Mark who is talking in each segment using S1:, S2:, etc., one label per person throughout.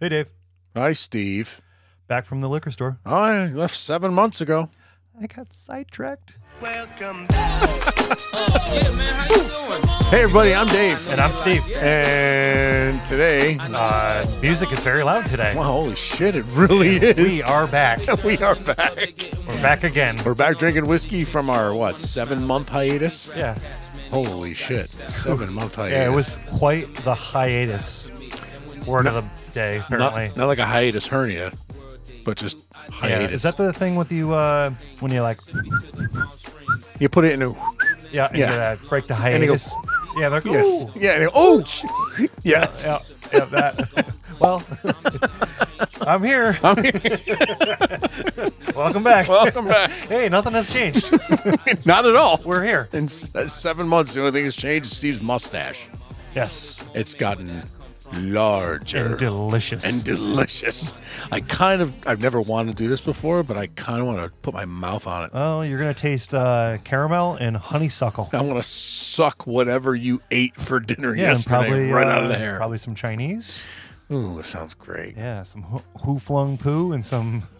S1: Hey, Dave.
S2: Hi, Steve.
S1: Back from the liquor store.
S2: I left seven months ago.
S1: I got sidetracked.
S3: Welcome back.
S4: Yeah, man, how you doing?
S2: Hey, everybody, I'm Dave.
S1: And I'm Steve.
S2: And today,
S1: Uh, music is very loud today.
S2: well, holy shit, it really is.
S1: We are back.
S2: We are back.
S1: We're back again.
S2: We're back drinking whiskey from our, what, seven month hiatus?
S1: Yeah.
S2: Holy shit. Seven month hiatus.
S1: Yeah, it was quite the hiatus. Word of the day, apparently.
S2: Not, not like a hiatus hernia, but just
S1: Yeah.
S2: hiatus.
S1: Is that the thing with you uh, when you like,
S2: you put it in a.
S1: yeah, you
S2: Yeah.
S1: gotta break the
S2: you go,
S1: hiatus? yeah, they're like,
S2: Yes.
S1: "Ooh."
S2: Yeah. and it- oh, sh- yes.
S1: Yeah, yeah, that. well, I'm here. Welcome back.
S2: Welcome back.
S1: Hey, nothing has changed.
S2: Not at all.
S1: We're here.
S2: In s- uh, seven months, the only thing that's changed is Steve's mustache.
S1: Yes.
S2: It's gotten
S1: And
S2: larger
S1: delicious.
S2: Er, and delicious. I kind of, I've never wanted to do this before, but I kind of want to put my mouth on it.
S1: Oh, you're gonna taste uh, caramel and honeysuckle.
S2: I want to suck whatever you ate for dinner
S1: Yeah, and
S2: yesterday
S1: probably
S2: right
S1: uh,
S2: out of the hair.
S1: Probably some Chinese.
S2: Ooh, it sounds great.
S1: Yeah, some ho- who flung poo and some.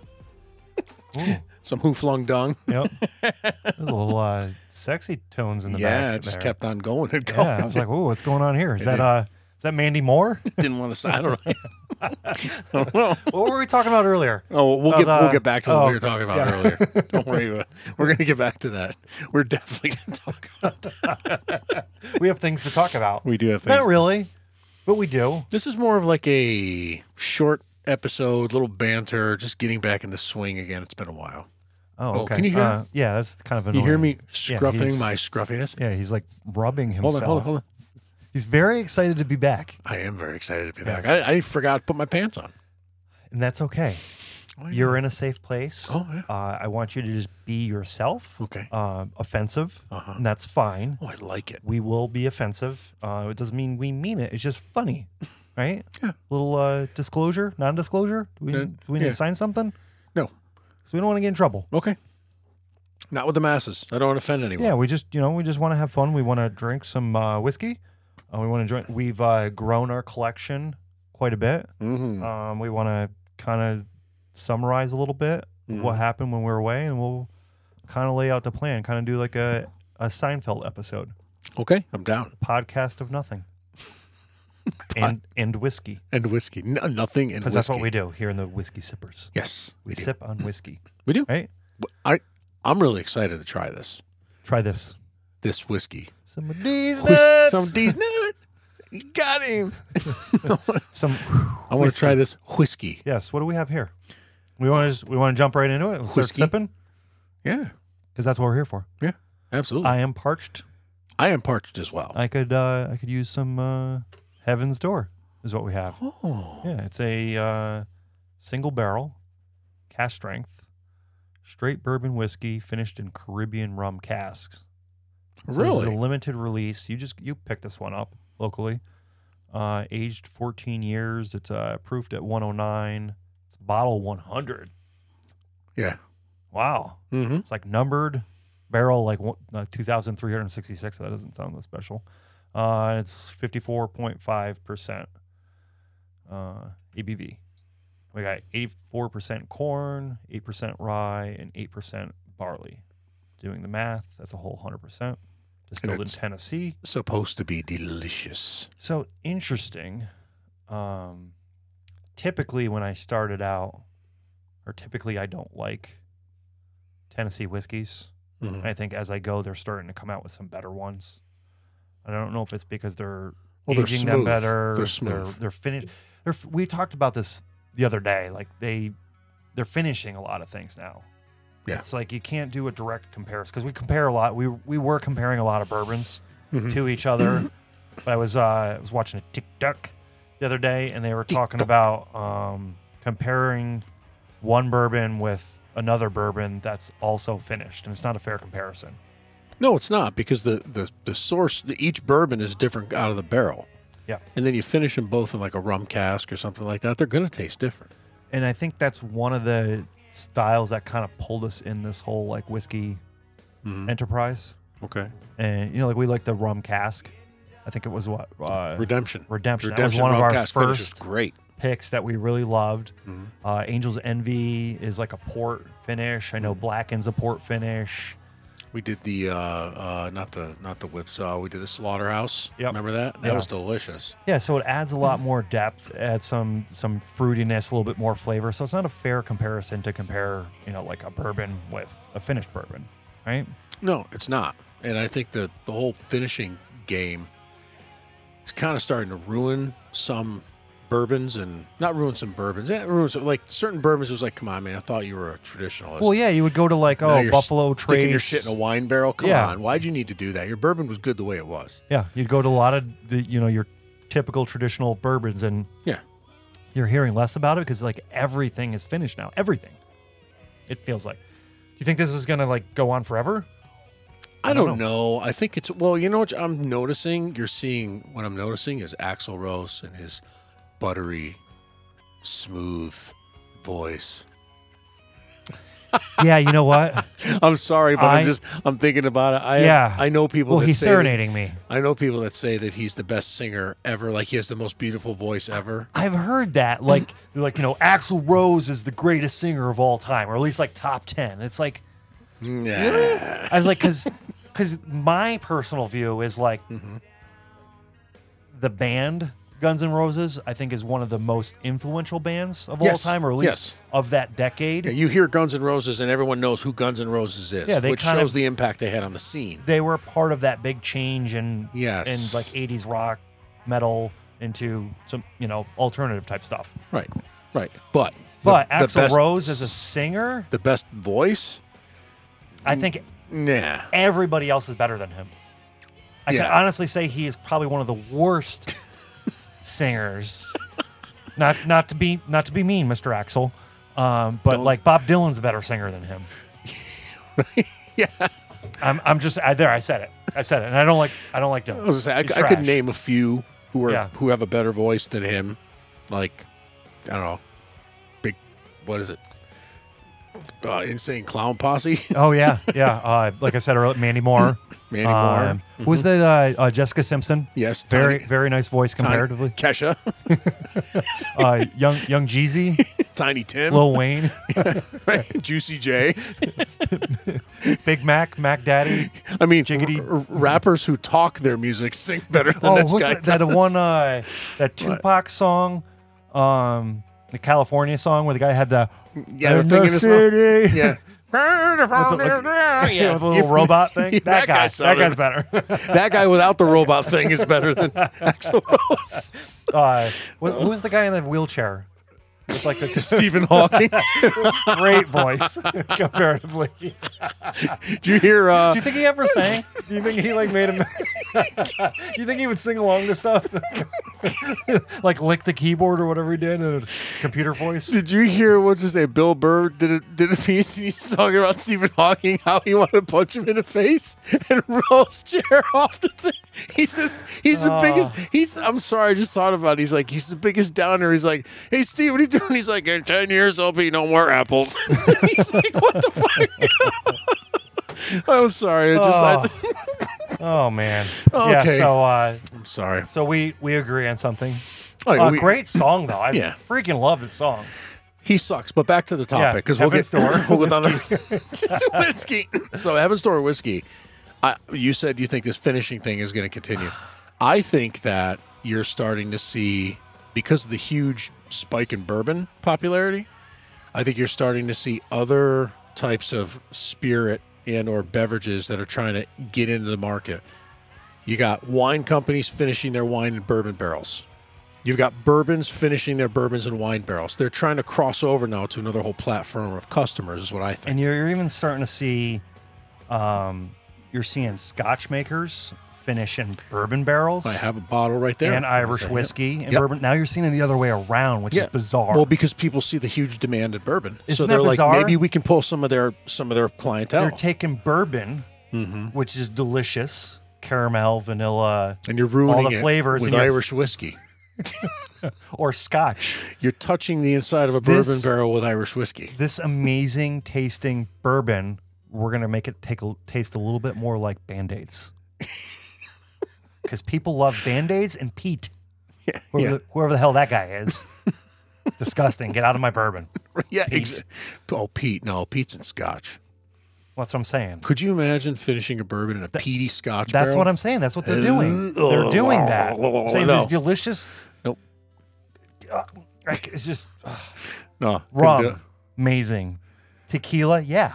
S2: Some who flung dung.
S1: Yep. There's a little uh, sexy tones in the back.
S2: Yeah, it just
S1: there.
S2: kept on going and going.
S1: Yeah, I was like, "Oh, what's going on here? Is that uh, is that Mandy Moore?
S2: didn't want to say. I don't know.
S1: what were we talking about earlier?
S2: Oh, we'll
S1: About,
S2: get
S1: uh,
S2: we'll get back to what
S1: oh,
S2: we were talking about
S1: yeah.
S2: earlier. Don't worry about it. We're gonna get back to that. We're definitely gonna talk about that.
S1: We have things to talk about.
S2: We do have
S1: Not really, but we do.
S2: This is more of like a short episode, little banter, just getting back in the swing again. It's been a while.
S1: Oh,
S2: Oh,
S1: okay.
S2: can you hear
S1: Uh, yeah, that's kind of
S2: You
S1: annoying.
S2: hear me
S1: Yeah,
S2: scruffing
S1: he's-
S2: my scruffiness?
S1: Yeah, he's like rubbing himself.
S2: Hold on, hold on, hold on.
S1: He's very excited to be back,
S2: I am very excited to be back.
S1: Yes.
S2: I, I forgot to put my pants on.
S1: and that's okay.
S2: Oh, yeah.
S1: You're in a safe place.
S2: Oh, yeah.
S1: Uh, I want you to just be yourself.
S2: Okay.
S1: Uh, offensive,
S2: Uh-huh.
S1: and that's fine.
S2: Oh, I like it.
S1: We will be offensive. Uh, it doesn't mean we mean it. It's just funny, right?
S2: Yeah.
S1: Little uh, disclosure, non-disclosure. Do we,
S2: Uh,
S1: do we need
S2: yeah.
S1: to sign something?
S2: No.
S1: Because we don't want to get in trouble.
S2: Okay. Not with the masses. I don't want to offend anyone.
S1: Yeah, we just you know we just want to have fun. We want to drink some uh, whiskey. Uh, we want to drink. We've uh, grown our collection quite a bit.
S2: Mm-hmm.
S1: Um, we want to kind of summarize a little bit what happened when we were away, and we'll kind of lay out the plan. Kind of do like a a Seinfeld episode,
S2: Okay, I'm down.
S1: podcast of nothing, and and whiskey
S2: And whiskey. No, nothing and
S1: because
S2: whiskey.
S1: that's what we do here in the whiskey sippers.
S2: Yes,
S1: We
S2: we do.
S1: sip on whiskey,
S2: We do.
S1: right?
S2: I I'm really excited to try this
S1: Try this.
S2: this whiskey.
S1: Some of these
S2: Whis-
S1: nuts.
S2: Some D's nut. You got him.
S1: Some.
S2: I want to try this whiskey.
S1: Yes. What do we have here? We want to just we want to jump right into it. We'll start
S2: Whiskey.
S1: sipping
S2: Yeah,
S1: because that's what we're here for.
S2: yeah, absolutely. I,
S1: I am parched.
S2: am parched as well.
S1: I could uh, I could use some uh, Heaven's Door is what we have.
S2: oh,
S1: Yeah, it's a uh, single barrel, cask strength, straight bourbon whiskey finished in Caribbean rum casks. So This is
S2: really?
S1: a limited release. You just you picked this one up locally. Uh, aged 14 years. It's uh, proofed at 109. It's bottle 100.
S2: yeah.
S1: Wow.
S2: Mm-hmm.
S1: It's like numbered barrel, like one- uh, 2,366. so That doesn't sound that special. Uh, it's 54.5% uh, ABV. We got 84% corn, 8% rye, and 8% barley. Doing the math, that's a whole 100%. Distilled in
S2: it's-
S1: Tennessee.
S2: Supposed to be delicious.
S1: So interesting. Um, typically, when I started out, or typically, I don't like Tennessee whiskeys.
S2: Mhm.
S1: And I think as I go, they're starting to come out with some better ones. And I don't know if it's because they're
S2: Well, they're
S1: aging them
S2: smooth.
S1: better.
S2: They're smooth.
S1: They're, finished. They're, f- we talked about this the other day. Like they, they're finishing a lot of things now.
S2: Yeah.
S1: It's like you can't do a direct comparison because we compare a lot. We we were comparing a lot of bourbons
S2: Mhm.
S1: to each other. but I was uh, I was watching a TikTok the other day, and they were talking about um, comparing one bourbon with another bourbon that's also finished, and it's not a fair comparison.
S2: No, it's not because the the the source each bourbon is different out of the barrel.
S1: Yeah.
S2: And then you finish them both in like a rum cask or something like that. They're gonna taste different.
S1: and I think that's one of the styles that kind of pulled us in this whole like whiskey Mm-hmm. enterprise.
S2: Okay.
S1: And you know, like we like the rum cask. I think it was what uh,
S2: Redemption.
S1: Redemption. That was
S2: Redemption
S1: one of
S2: rum
S1: our
S2: cask finish is
S1: first
S2: great.
S1: picks that we really loved.
S2: Mhm.
S1: Uh, Angel's Envy is like a port finish. I know Blacken's a port finish.
S2: We did the uh, uh, not the not the whipsaw. We did the slaughterhouse.
S1: Yep.
S2: Remember that? That
S1: Yeah.
S2: was delicious.
S1: Yeah, so it adds a lot more depth, adds some some fruitiness, a little bit more flavor. So it's not a fair comparison to compare, you know, like a bourbon with a finished bourbon, right?
S2: No, it's not. And I think that the whole finishing game is kind of starting to ruin some bourbons and not ruin some bourbons. Yeah, ruin some, like certain bourbons was like, come on, man, I thought you were a traditionalist.
S1: Well, yeah, you would go to like
S2: Now
S1: oh
S2: you're
S1: Buffalo
S2: sticking
S1: Trace,
S2: your shit in a wine barrel. Come
S1: Yeah.
S2: on, why'd you need to do that? Your bourbon was good the way it was.
S1: yeah, you'd go to a lot of the you know your typical traditional bourbons, and
S2: Yeah,
S1: you're hearing less about it because like everything is finished now. Everything, it feels like. Do you think this is gonna like go on forever?
S2: I don't know. I think it's well, you know what I'm noticing. You're seeing what I'm noticing is Axl Rose and his buttery, smooth voice.
S1: Yeah, you know what?
S2: I'm sorry, but I,
S1: I-
S2: am just I'm thinking about it. I
S1: Yeah.
S2: I know people.
S1: well,
S2: that
S1: he's
S2: say that-
S1: serenading me.
S2: I know people that say that he's the best singer ever. Like he has the most beautiful voice ever.
S1: I've heard that, like, like you know, Axl Rose is the greatest singer of all time, or at least like top ten. It's like
S2: Mm, Yeah.
S1: I was like, because, because my personal view is like
S2: Mm-hmm.
S1: the band Guns N' Roses. I think is one of the most influential bands of
S2: Yes,
S1: all time, or at least
S2: yes.
S1: of that decade.
S2: You hear Guns N' Roses, and everyone knows who Guns N' Roses is,
S1: Yeah, they
S2: which
S1: kind
S2: shows
S1: of-
S2: the impact they had on the scene.
S1: They were part of that big change in
S2: Yes.
S1: in like '80s rock, metal into some you know alternative type stuff.
S2: Right, right. But
S1: But
S2: the- the
S1: Axl
S2: best-
S1: Rose as a singer,
S2: the best voice. Mm.
S1: I think
S2: Nah.
S1: everybody else is better than him. I can
S2: Yeah.
S1: honestly say he is probably one of the worst singers. Not not to be not to be mean, Mr. Axel, um, but like Bob Dylan's a better singer than him. yeah, I'm I'm just I, there. I said it. I said it, and I don't like I don't like Dylan.
S2: I was gonna
S1: He's
S2: say I, I could
S1: trash.
S2: name a few who are
S1: Yeah.
S2: who have a better voice than him. Like I don't know, big what is it? Uh, insane clown posse,
S1: Oh yeah, yeah. Uh, like I said earlier, Mandy Moore.
S2: Mandy
S1: Um,
S2: Moore. Mm-hmm.
S1: who Was the uh, uh, Jessica Simpson?
S2: Yes,
S1: very
S2: Tiny-
S1: very nice voice
S2: Tiny-
S1: comparatively.
S2: Kesha,
S1: Uh, young young Jeezy,
S2: Tiny Tim,
S1: Lil Wayne,
S2: Juicy J.
S1: Big Mac, Mac Daddy.
S2: I mean,
S1: Jiggity.
S2: r- r- rappers who talk their music sing better than
S1: Oh,
S2: this
S1: what's
S2: guy.
S1: that, that
S2: does.
S1: one uh, that Tupac song, um, the California song where the guy had the
S2: Yeah, the
S1: "In
S2: thing in his mouth.
S1: city."
S2: Yeah,
S1: Yeah,
S2: yeah.
S1: with a little robot thing. That,
S2: That guy
S1: guy, that guy's
S2: sounded-
S1: better.
S2: that guy without the robot thing is better than Axl Rose.
S1: uh, wh- who was the guy in the wheelchair? It's like the
S2: Stephen Hawking.
S1: great voice comparatively. Do
S2: Did you hear? Uh,
S1: you think he ever sang? Do you think he like made him? Do you think he would sing along to stuff? like lick the keyboard or whatever he did in a computer voice.
S2: Did you hear what's his name? Bill Burr did a, did a piece and he's talking about Stephen Hawking, how he wanted to punch him in the face and roll his chair off the thing. He says he's the
S1: Oh.
S2: biggest. He's I'm sorry, I just thought about. it. He's like he's the biggest downer. He's like, hey Steve, what are you doing? He's like, in ten years I'll be no more apples. he's like, what the fuck? I'm sorry. I just, I,
S1: Oh man. Yeah.
S2: Okay.
S1: So. Uh,
S2: I'm sorry.
S1: So we we agree on something.
S2: Oh,
S1: A
S2: we-
S1: great song though. I
S2: Yeah.
S1: freaking love this song.
S2: He sucks. But back to the topic because we'll
S1: Evan
S2: get
S1: Store
S2: we'll get on the- Just a whiskey. So Evan Store whiskey. I, you said you think this finishing thing is going to continue. I think that you're starting to see because of the huge spike in bourbon popularity. I think you're starting to see other types of spirit and or beverages that are trying to get into the market. You got wine companies finishing their wine in bourbon barrels. You've got bourbons finishing their bourbons in wine barrels. They're trying to cross over now to another whole platform of customers, is what I think.
S1: And you're, you're even starting to see, um, you're seeing Scotch makers finish in bourbon barrels
S2: I have a bottle right there.
S1: and Irish
S2: Yep.
S1: whiskey and
S2: Yep.
S1: bourbon. Now you're seeing it the other way around, which
S2: Yeah.
S1: is bizarre.
S2: Well, because people see the huge demand in bourbon, so
S1: Isn't that
S2: they're like,
S1: bizarre?
S2: maybe we can pull some of their some of their clientele.
S1: They're taking bourbon,
S2: Mm-hmm.
S1: which is delicious, caramel, vanilla,
S2: and you're ruining
S1: all the
S2: it
S1: flavors
S2: with
S1: and you're-
S2: Irish whiskey.
S1: or Scotch.
S2: You're touching the inside of a bourbon
S1: This-
S2: barrel with Irish whiskey.
S1: This amazing tasting bourbon, we're gonna make it take a, taste a little bit more like band aids, because people love band aids and Pete.
S2: Yeah,
S1: whoever,
S2: yeah.
S1: the, whoever the hell that guy is. It's disgusting. Get out of my bourbon.
S2: yeah.
S1: Pete.
S2: ex- oh, Pete. No, Pete's in Scotch.
S1: That's what I'm saying.
S2: Could you imagine finishing a bourbon in a peaty Scotch
S1: That's
S2: barrel?
S1: what I'm saying. That's what they're doing. They're doing that. Saying
S2: No.
S1: this delicious.
S2: Nope.
S1: Uh, like, It's just
S2: No. couldn't do it.
S1: rum, amazing. Tequila, yeah.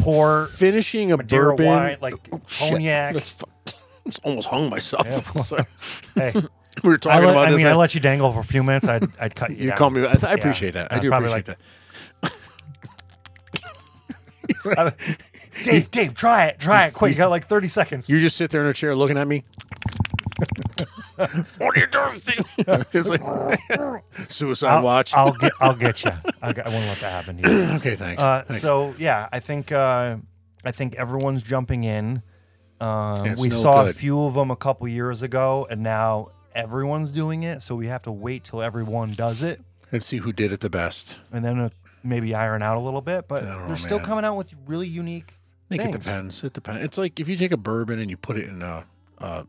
S1: Pour
S2: Finishing a
S1: Madeira
S2: bourbon.
S1: wine, like
S2: Oh, shit.
S1: cognac.
S2: That's fu- I just almost hung myself.
S1: Yeah.
S2: Sorry.
S1: hey,
S2: we were
S1: I,
S2: talking
S1: let,
S2: about
S1: I
S2: this.
S1: mean, I let you dangle for a few minutes. I'd, I'd cut you.
S2: you
S1: down.
S2: call me. I, th- I
S1: Yeah.
S2: appreciate that. I
S1: I'd
S2: do
S1: probably
S2: appreciate
S1: like-
S2: that.
S1: Dave. Dave, try it. Try it quick. You got like 30 seconds.
S2: You just sit there in a chair looking at me. what are you doing? Steve? It's like- suicide
S1: I'll,
S2: watch.
S1: I'll get. I'll get you. I'll get, I won't let that happen to you.
S2: okay, thanks.
S1: Uh,
S2: Thanks.
S1: so yeah, I think uh, I think everyone's jumping in. Uh,
S2: It's
S1: we
S2: no
S1: saw a
S2: good.
S1: few of them a couple years ago, and now everyone's doing it. So we have to wait till everyone does it,
S2: Let's see who did it the best.
S1: and then uh, maybe iron out a little bit. But
S2: I don't
S1: they're
S2: know,
S1: still
S2: Oh, man.
S1: coming out with really unique
S2: I think
S1: things.
S2: it depends. It depends. It's like if you take a bourbon and you put it in a, uh,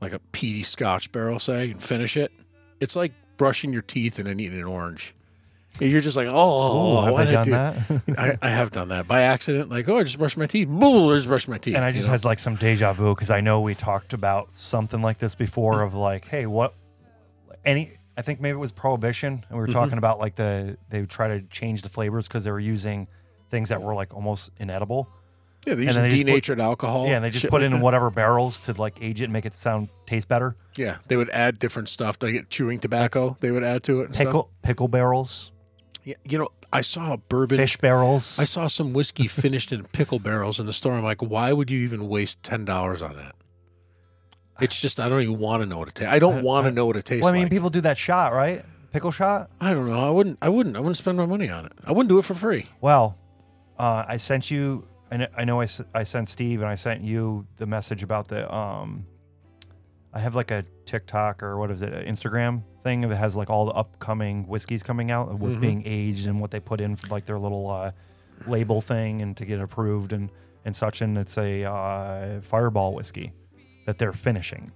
S2: like a peaty Scotch barrel, say, and finish it. It's like brushing your teeth and then eating an orange. You're just like, oh,
S1: Ooh, have
S2: what
S1: I done
S2: did-
S1: that?
S2: I, I have done that by accident. Like, oh, I just brushed my teeth. Boom, I just brushed my teeth.
S1: and I
S2: you
S1: just
S2: know?
S1: had like some deja vu because I know we talked about something like this before of like, hey, what any I think maybe it was prohibition and we
S2: Mm-hmm.
S1: were talking about like the they would try to change the flavors because they were using things that were like almost inedible.
S2: yeah,
S1: and
S2: they use
S1: then they just put-
S2: denatured alcohol.
S1: yeah, and they just
S2: Oh, shit
S1: put
S2: like
S1: it
S2: that.
S1: in whatever barrels to like age it and make it sound taste better.
S2: Yeah, they would add different stuff. They get chewing tobacco. They would add to it. and stuff.
S1: Pickle pickle barrels,
S2: Yeah, you know, I saw a bourbon.
S1: fish barrels.
S2: I saw some whiskey finished in pickle barrels in the store. I'm like, why would you even waste ten dollars on that? It's just I don't even want to know what it tastes. I don't want to know what it tastes
S1: Uh, well, I mean,
S2: like.
S1: people do that shot, right? Pickle shot.
S2: I don't know. I wouldn't. I wouldn't. I wouldn't spend my money on it. I wouldn't do it for free.
S1: Well, uh, I sent you. I know. I, know I, s- I sent Steve and I sent you the message about the. Um, I have like a TikTok or what is it, an Instagram thing that has like all the upcoming whiskeys coming out, what's being aged and what they put in for like their little uh, label thing and to get approved and and such. And it's a uh, Fireball whiskey that they're finishing.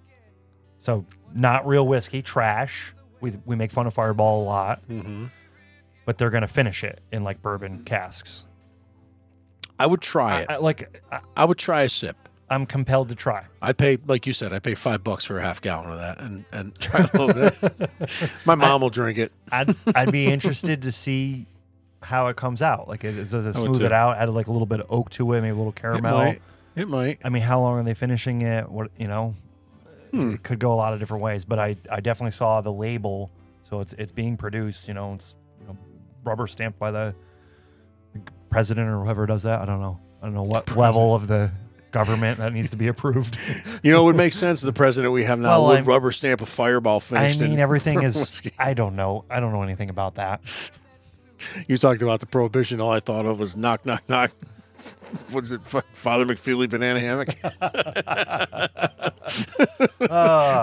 S1: So not real whiskey, trash. We we make fun of Fireball a lot, but they're gonna finish it in like bourbon casks.
S2: I would try it.
S1: I, like I,
S2: I would try a sip.
S1: I'm compelled to try.
S2: I'd pay, like you said, I'd pay five bucks for a half gallon of that and, and try a little bit. My mom will drink it.
S1: I'd I'd be interested to see how it comes out. Like, is- does it
S2: I would
S1: smooth
S2: too.
S1: it out? Add like a little bit of oak to it, maybe a little
S2: It
S1: caramel.
S2: might. It might.
S1: I mean, how long are they finishing it? What you know,
S2: Hmm.
S1: it could go a lot of different ways. But I I definitely saw the label, so it's it's being produced. You know, it's you know, rubber stamped by the president or whoever does that. I don't know. I don't know what level of the government that needs to be approved.
S2: You know, it would make sense. The president we have now
S1: Well,
S2: would
S1: I'm-
S2: rubber stamp a fireball
S1: I
S2: finished.
S1: mean,
S2: in
S1: everything is.
S2: whiskey.
S1: I don't know. I don't know anything about that.
S2: You talked about the prohibition. All I thought of was knock, knock, knock. What is it? Fa- Father McFeely banana hammock. we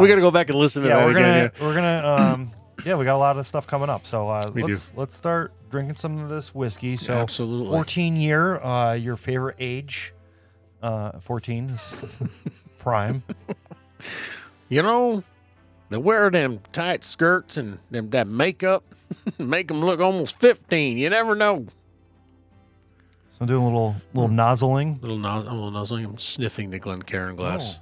S2: got to go back and listen to
S1: Ah. yeah,
S2: that
S1: we're
S2: again.
S1: gonna
S2: yeah.
S1: we're gonna um yeah, we got a lot of stuff coming up. So uh,
S2: We do.
S1: let's let's start drinking some of this whiskey. So
S2: absolutely.
S1: 14 year, uh, your favorite age, uh, 14 is prime.
S2: You know, they wear them tight skirts and them, that makeup make them look almost fifteen. You never know.
S1: So I'm doing a little little nozzling.
S2: Little nos- I'm a little nuzzling. I'm sniffing the Glencairn glass.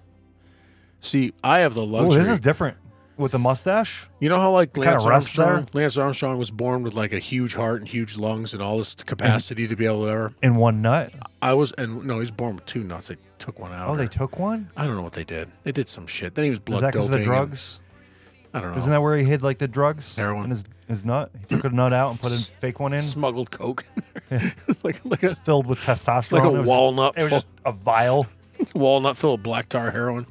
S2: See, I have the
S1: Oh,
S2: luxury.
S1: this is different with the mustache.
S2: You know how like
S1: kinda
S2: Lance
S1: rust
S2: Armstrong, Lance Armstrong was born with like a huge heart and huge lungs and all this capacity to be able to ever.
S1: In one nut.
S2: I was and no, he's born with two nuts. They took one out.
S1: Oh,
S2: of
S1: they
S2: her.
S1: took one.
S2: I don't know what they did. They did some shit. Then he was blood
S1: Is that because
S2: doping.
S1: of the
S2: and-
S1: drugs?
S2: I don't know.
S1: Isn't that where he hid like the drugs?
S2: Heroin.
S1: In his, his nut. He took a nut out and put a fake one in.
S2: smuggled coke? It's like like a
S1: It's filled with testosterone.
S2: like a
S1: It was-
S2: walnut
S1: It was
S2: full-
S1: just a vial.
S2: walnut filled with black tar heroin.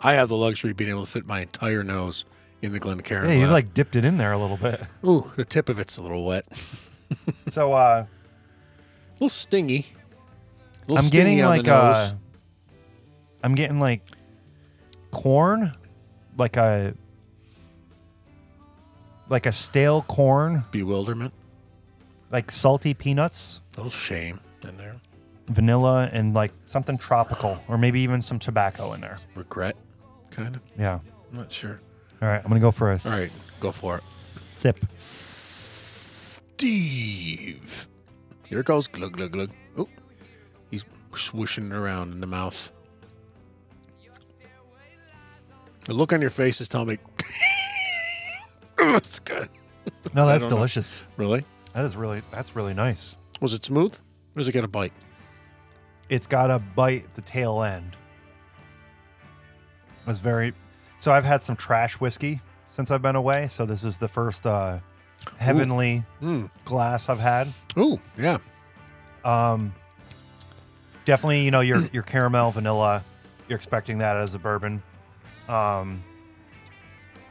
S2: I have the luxury of being able to fit my entire nose in the Glencairn.
S1: Yeah, you
S2: glass.
S1: like dipped it in there a little bit.
S2: ooh, the tip of it's a little wet, a
S1: So uh,
S2: little stingy. A little
S1: I'm getting
S2: stingy on
S1: like
S2: the nose.
S1: uh, I'm getting like corn, like a like a stale corn,
S2: bewilderment,
S1: like salty peanuts,
S2: a little shame in there,
S1: vanilla, and like something tropical, or maybe even some tobacco in there.
S2: regret, kind of.
S1: Yeah.
S2: I'm not sure.
S1: All right, I'm gonna go for a
S2: All right, go for it.
S1: Sip.
S2: Steve. Here it goes. Glug, glug, glug. Oh, he's swooshing it around in the mouth. The look on your face is telling me that's good.
S1: No,
S2: I
S1: that's
S2: don't know.
S1: delicious.
S2: Really?
S1: That is really that's really nice.
S2: Was it smooth? Or does it get a bite?
S1: It's got a bite at the tail end. It's very so I've had some trash whiskey since I've been away, so this is the first uh heavenly
S2: Mm.
S1: glass I've had.
S2: Ooh, yeah.
S1: Um definitely, you know, your your caramel vanilla, you're expecting that as a bourbon. Um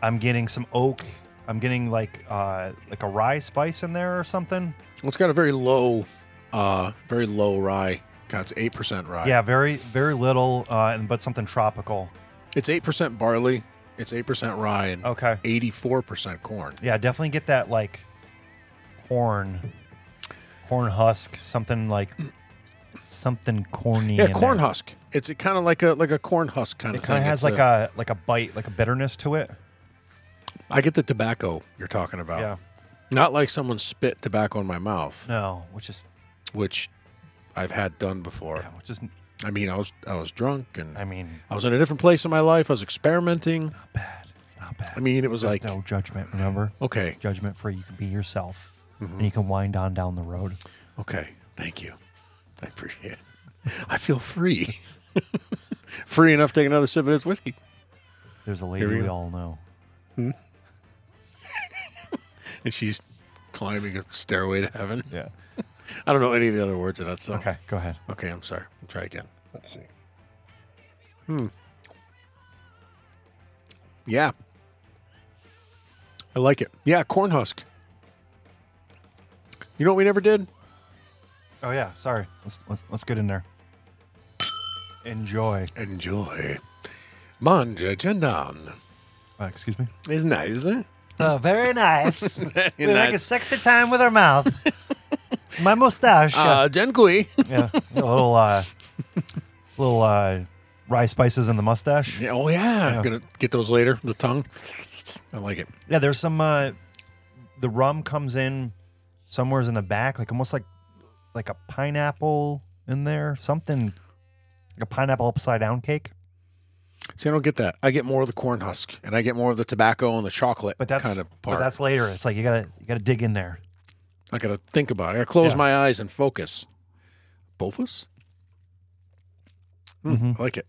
S1: I'm getting some oak. I'm getting like uh like a rye spice in there or something.
S2: Well, it's got a very low, uh, very low rye. God, it's eight percent rye.
S1: Yeah, very very little uh and but something tropical.
S2: it's eight percent barley. It's eight percent rye and
S1: Okay.
S2: eighty-four percent corn.
S1: Yeah, definitely get that like corn, corn husk, something like something corny.
S2: Yeah,
S1: in
S2: corn
S1: there.
S2: husk. It's kind of like a like a corn husk kind
S1: It
S2: of
S1: kind
S2: thing.
S1: of has
S2: It's
S1: like a, like a bite, like a bitterness to it.
S2: I get the tobacco you're talking about.
S1: Yeah.
S2: Not like someone spit tobacco in my mouth,
S1: No, which is
S2: which I've had done before.
S1: yeah, which is
S2: I mean, I was I was drunk and
S1: I mean,
S2: I was in a different place in my life. I was experimenting.
S1: not bad. It's not bad.
S2: I mean, it was
S1: There's
S2: like
S1: no judgment. Remember,
S2: okay, Mm-hmm.
S1: judgment free. You can be yourself, and you can wind on down the road.
S2: okay. Thank you. I appreciate it. I feel free. free enough to take another sip of this whiskey.
S1: There's a lady
S2: we
S1: we
S2: go.
S1: all know.
S2: And she's climbing a stairway to heaven.
S1: Yeah.
S2: I don't know any of the other words of that song.
S1: Okay, go ahead.
S2: Okay, I'm sorry. I'll try again. Let's see. Hmm. Yeah. I like it. Yeah, corn husk. You know what we never did?
S1: Oh yeah, sorry. Let's let's, let's get in there. Enjoy.
S2: Enjoy. Manja Jandan.
S1: Uh, excuse me.
S2: It's nice. eh?
S1: Oh, very nice. we like a
S2: nice.
S1: sexy time with our mouth. My mustache.
S2: Uh, Genkui.
S1: yeah, a little, uh, little uh, rye spices in the mustache. Yeah,
S2: oh, yeah. I'm going to get those later. The tongue. I like it.
S1: there's some. Uh, the rum comes in somewhere's in the back, like almost like like a pineapple in there, something like a pineapple upside down cake.
S2: See, I don't get that. I get more of the corn husk, and I get more of the tobacco and the chocolate
S1: But that's
S2: kind of
S1: but
S2: part.
S1: that's later. It's like you gotta you gotta dig in there.
S2: I gotta think about it. I gotta close
S1: Yeah.
S2: my eyes and focus. Bofus? Mm,
S1: Mm-hmm.
S2: I like it.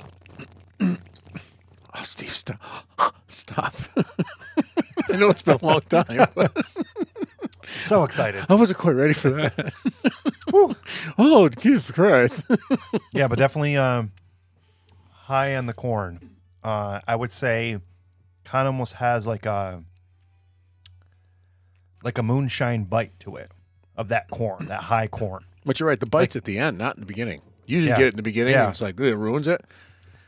S2: oh, Steve, stop. stop. I know it's been a long time. but
S1: So excited.
S2: I wasn't quite ready for that. Woo. oh, Jesus Christ.
S1: yeah, but definitely um, high on the corn. Uh, I would say kind of almost has like a like a moonshine bite to it of that corn, that high corn.
S2: but you're right. The bite's at the end, not in the beginning. You usually
S1: Yeah.
S2: get it in the beginning.
S1: Yeah.
S2: And it's like, "Ooh, it ruins it.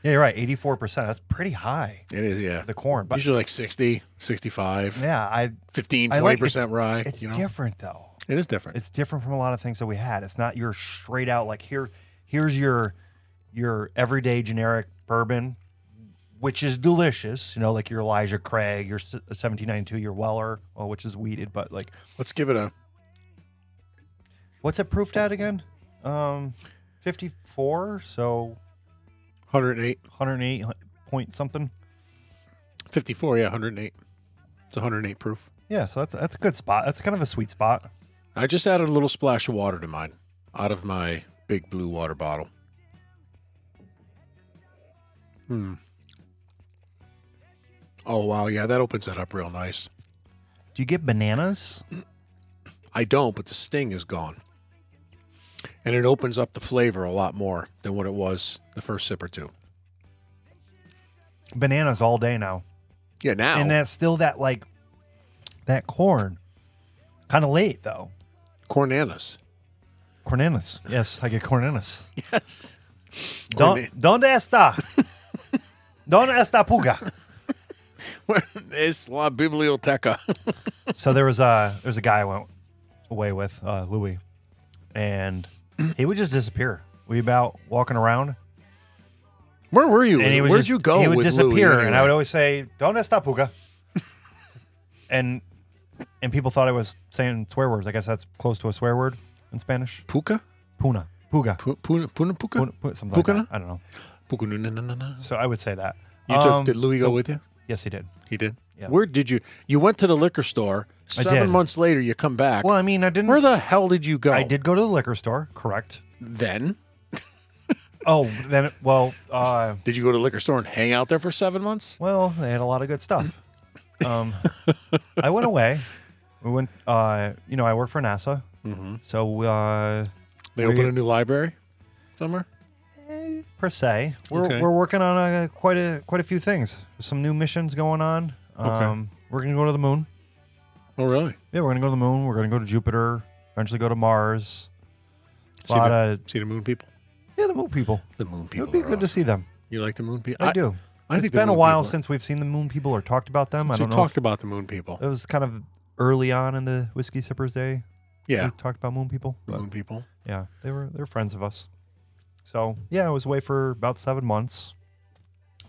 S1: Yeah, you're right. Eighty four percent. That's pretty high.
S2: It is, yeah.
S1: The corn, but
S2: usually like 60, 65,
S1: yeah, I
S2: 15,
S1: I like-
S2: 20% rye.
S1: it's
S2: you know?
S1: different though.
S2: It is different.
S1: It's different from a lot of things that we had. It's not your straight out like here. Here's your your everyday generic bourbon, which is delicious. You know, like your Elijah Craig, your s- 1792, your Weller, well, which is weeded, but like
S2: Let's give it a
S1: what's it proofed at again? Um, 54, so
S2: 108.
S1: 108 point something.
S2: 54, yeah, 108. It's 108 proof.
S1: Yeah, so that's that's a good spot. That's kind of a sweet spot.
S2: I just added a little splash of water to mine out of my big blue water bottle. Hmm. Oh, wow. Yeah, that opens that up real nice.
S1: Do you get bananas?
S2: I don't, but the sting is gone. And it opens up the flavor a lot more than what it was the first sip or two.
S1: Bananas all day now.
S2: Yeah, now.
S1: And that's still that like that corn. Kind of late though.
S2: Cornanas.
S1: Cornanas. Yes, I get Cornanas.
S2: Yes.
S1: Don, donde está? Donde está Puga?
S2: es la biblioteca.
S1: So there was a there was a guy I went away with, uh, Louis, and he would just disappear. We about walking around,
S2: Where were you?
S1: and he would
S2: Where'd
S1: just,
S2: you go?
S1: He would
S2: with Louis
S1: disappear, and I
S2: anyway?
S1: would always say, "Donde está Puga?" and and people thought I was saying swear words. I guess that's close to a swear word in Spanish.
S2: Puka?
S1: Puna, puga,
S2: Pu- Puna, Puna Puka?
S1: puna, pu- something like
S2: Pucana?
S1: that. I don't know.
S2: Puka no, no, no, no, no.
S1: So I would say that.
S2: You
S1: Um,
S2: took, did Louis go
S1: so-
S2: with you?
S1: Yes, he did.
S2: He did.
S1: Yeah.
S2: Where did you? You went to the liquor store.
S1: I
S2: Seven
S1: did.
S2: months later, you come back.
S1: Well, I mean, I didn't.
S2: Where the hell did you go?
S1: I did go to the liquor store. Correct.
S2: Then
S1: Oh, then it, well, uh,
S2: did you go to the liquor store and hang out there for seven months?
S1: well, they had a lot of good stuff. Um, I went away. We went. Uh, you know, I work for NASA, mm-hmm. so uh,
S2: They
S1: We-
S2: opened a new library somewhere.
S1: eh, per se, we're,
S2: Okay.
S1: we're working on uh quite a quite a few things. Some new missions going on. Um,
S2: Okay.
S1: We're gonna go to the moon.
S2: Oh, really?
S1: Yeah, we're gonna go to the moon. We're gonna go to Jupiter. Eventually, go to Mars. A
S2: See
S1: lot
S2: the,
S1: of
S2: see the moon people.
S1: yeah, the moon people.
S2: The moon
S1: It
S2: people.
S1: would be
S2: are
S1: good to see
S2: awesome.
S1: them.
S2: You like the moon people?
S1: I, do.
S2: I
S1: it's
S2: think the
S1: been a
S2: moon
S1: while
S2: people are-
S1: since we've seen the moon people or talked about them. I
S2: We
S1: don't know.
S2: talked about the moon people.
S1: if- it was kind of early on in the whiskey sippers day.
S2: Yeah,
S1: We talked about moon people.
S2: the
S1: But
S2: moon people.
S1: yeah, they were they were friends of us. So yeah, I was away for about seven months.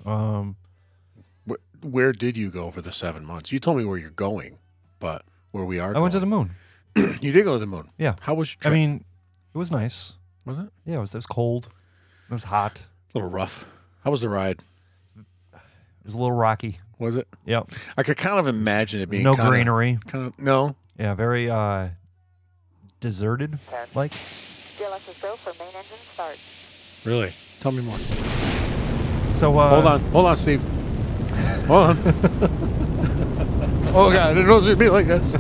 S1: Um,
S2: Where, where did you go for the seven months? You told me where you're going, but where we are.
S1: I went to the moon.
S2: the. You did go to the moon.
S1: Yeah.
S2: How was your
S1: I
S2: trip?
S1: mean, it was nice.
S2: was it a
S1: Yeah, it was. It was cold. It was hot.
S2: little rough? How was the ride?
S1: It was a little rocky.
S2: Was it?
S1: Yep.
S2: I could kind of imagine it being
S1: No
S2: kinda-
S1: greenery.
S2: Kind of no.
S1: Yeah, very uh, deserted. Like
S5: DLSS go for main engine start.
S2: Really? Tell me more.
S1: so. Uh,
S2: hold on, hold on, Steve. Hold on. oh God, I didn't know it was gonna be like this.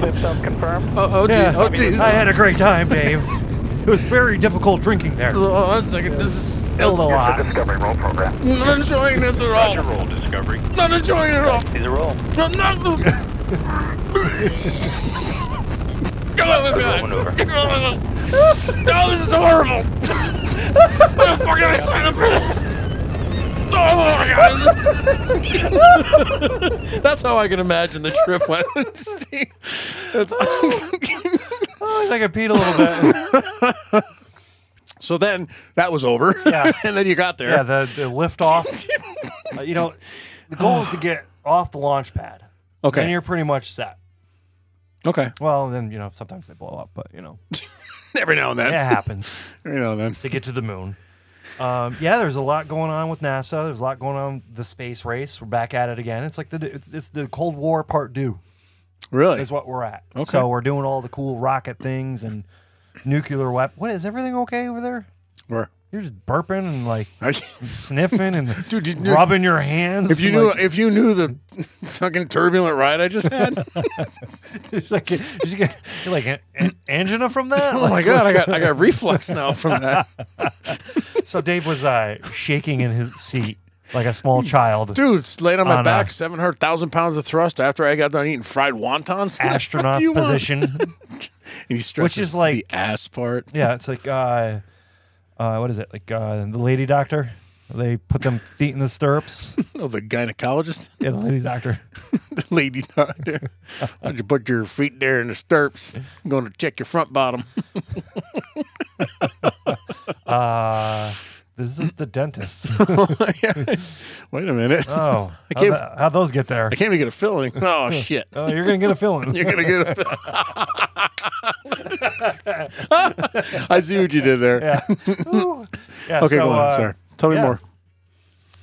S2: System confirmed. Oh, oh,
S1: Yeah.
S2: geez. oh Jesus.
S1: I had a great time, Dave. it was very difficult drinking there.
S2: Hold on a second. This is
S1: Spilled a lot.
S2: not enjoying this at all.
S6: roll, Discovery.
S2: Not enjoying it at all.
S6: He's a roll.
S2: Not, not. Come on,
S6: Rolling over.
S2: No, this is horrible. Why the fuck did I sign up for this? Oh my god. this is- That's how I can imagine the trip went. Steve. That's-
S1: I think I peed a little bit.
S2: so then that was over.
S1: Yeah.
S2: and then you got there.
S1: yeah, the, the lift off. Uh, you know, the goal is to get off the launch pad.
S2: Okay.
S1: And you're pretty much set.
S2: okay.
S1: Well, then, you know, sometimes they blow up, but, you know,
S2: Every now and then.
S1: it happens
S2: Every now and then.
S1: to get to the moon. Um, yeah, there's a lot going on with NASA. There's a lot going on with the space race. We're back at it again. It's like the it's, it's the Cold War part due.
S2: Really?
S1: is what we're at.
S2: Okay.
S1: So we're doing all the cool rocket things and nuclear weapon. What is everything okay over there?
S2: Where?
S1: You're just burping and like
S2: I-
S1: sniffing and
S2: Dude, you-
S1: rubbing your hands.
S2: If you knew, if you knew the fucking turbulent ride I just had,
S1: knew, like, you just get you're like an, an angina from that.
S2: oh my
S1: Like,
S2: god,
S1: what's
S2: I got I got reflux now from that.
S1: go- So Dave was uh, shaking in his seat like a small child,
S2: Dude, it's laid on my
S1: On a-
S2: back, seven hundred thousand pounds of thrust after I got done eating fried wontons. What the fuck
S1: astronaut's
S2: do you want?
S1: position.
S2: and he stresses
S1: is like-
S2: the ass part.
S1: yeah, it's like uh, uh, what is it? Like uh, the lady doctor. They put them feet in the stirrups.
S2: Oh, the gynecologist,
S1: Yeah, the lady doctor.
S2: the lady doctor. Why'd you put your feet there in the stirrups? I'm going to check your front bottom.
S1: Uh, this is the dentist.
S2: Wait a minute,
S1: Oh,
S2: I
S1: how'd
S2: can't-
S1: tha- how'd those get there?
S2: I can't even get a filling. Oh shit.
S1: Oh, you're gonna get a filling.
S2: You're gonna get a fill. I see what you did there.
S1: yeah. Ooh. Yeah,
S2: Okay,
S1: so,
S2: go on.
S1: uh,
S2: Sorry. Tell me
S1: yeah.
S2: more.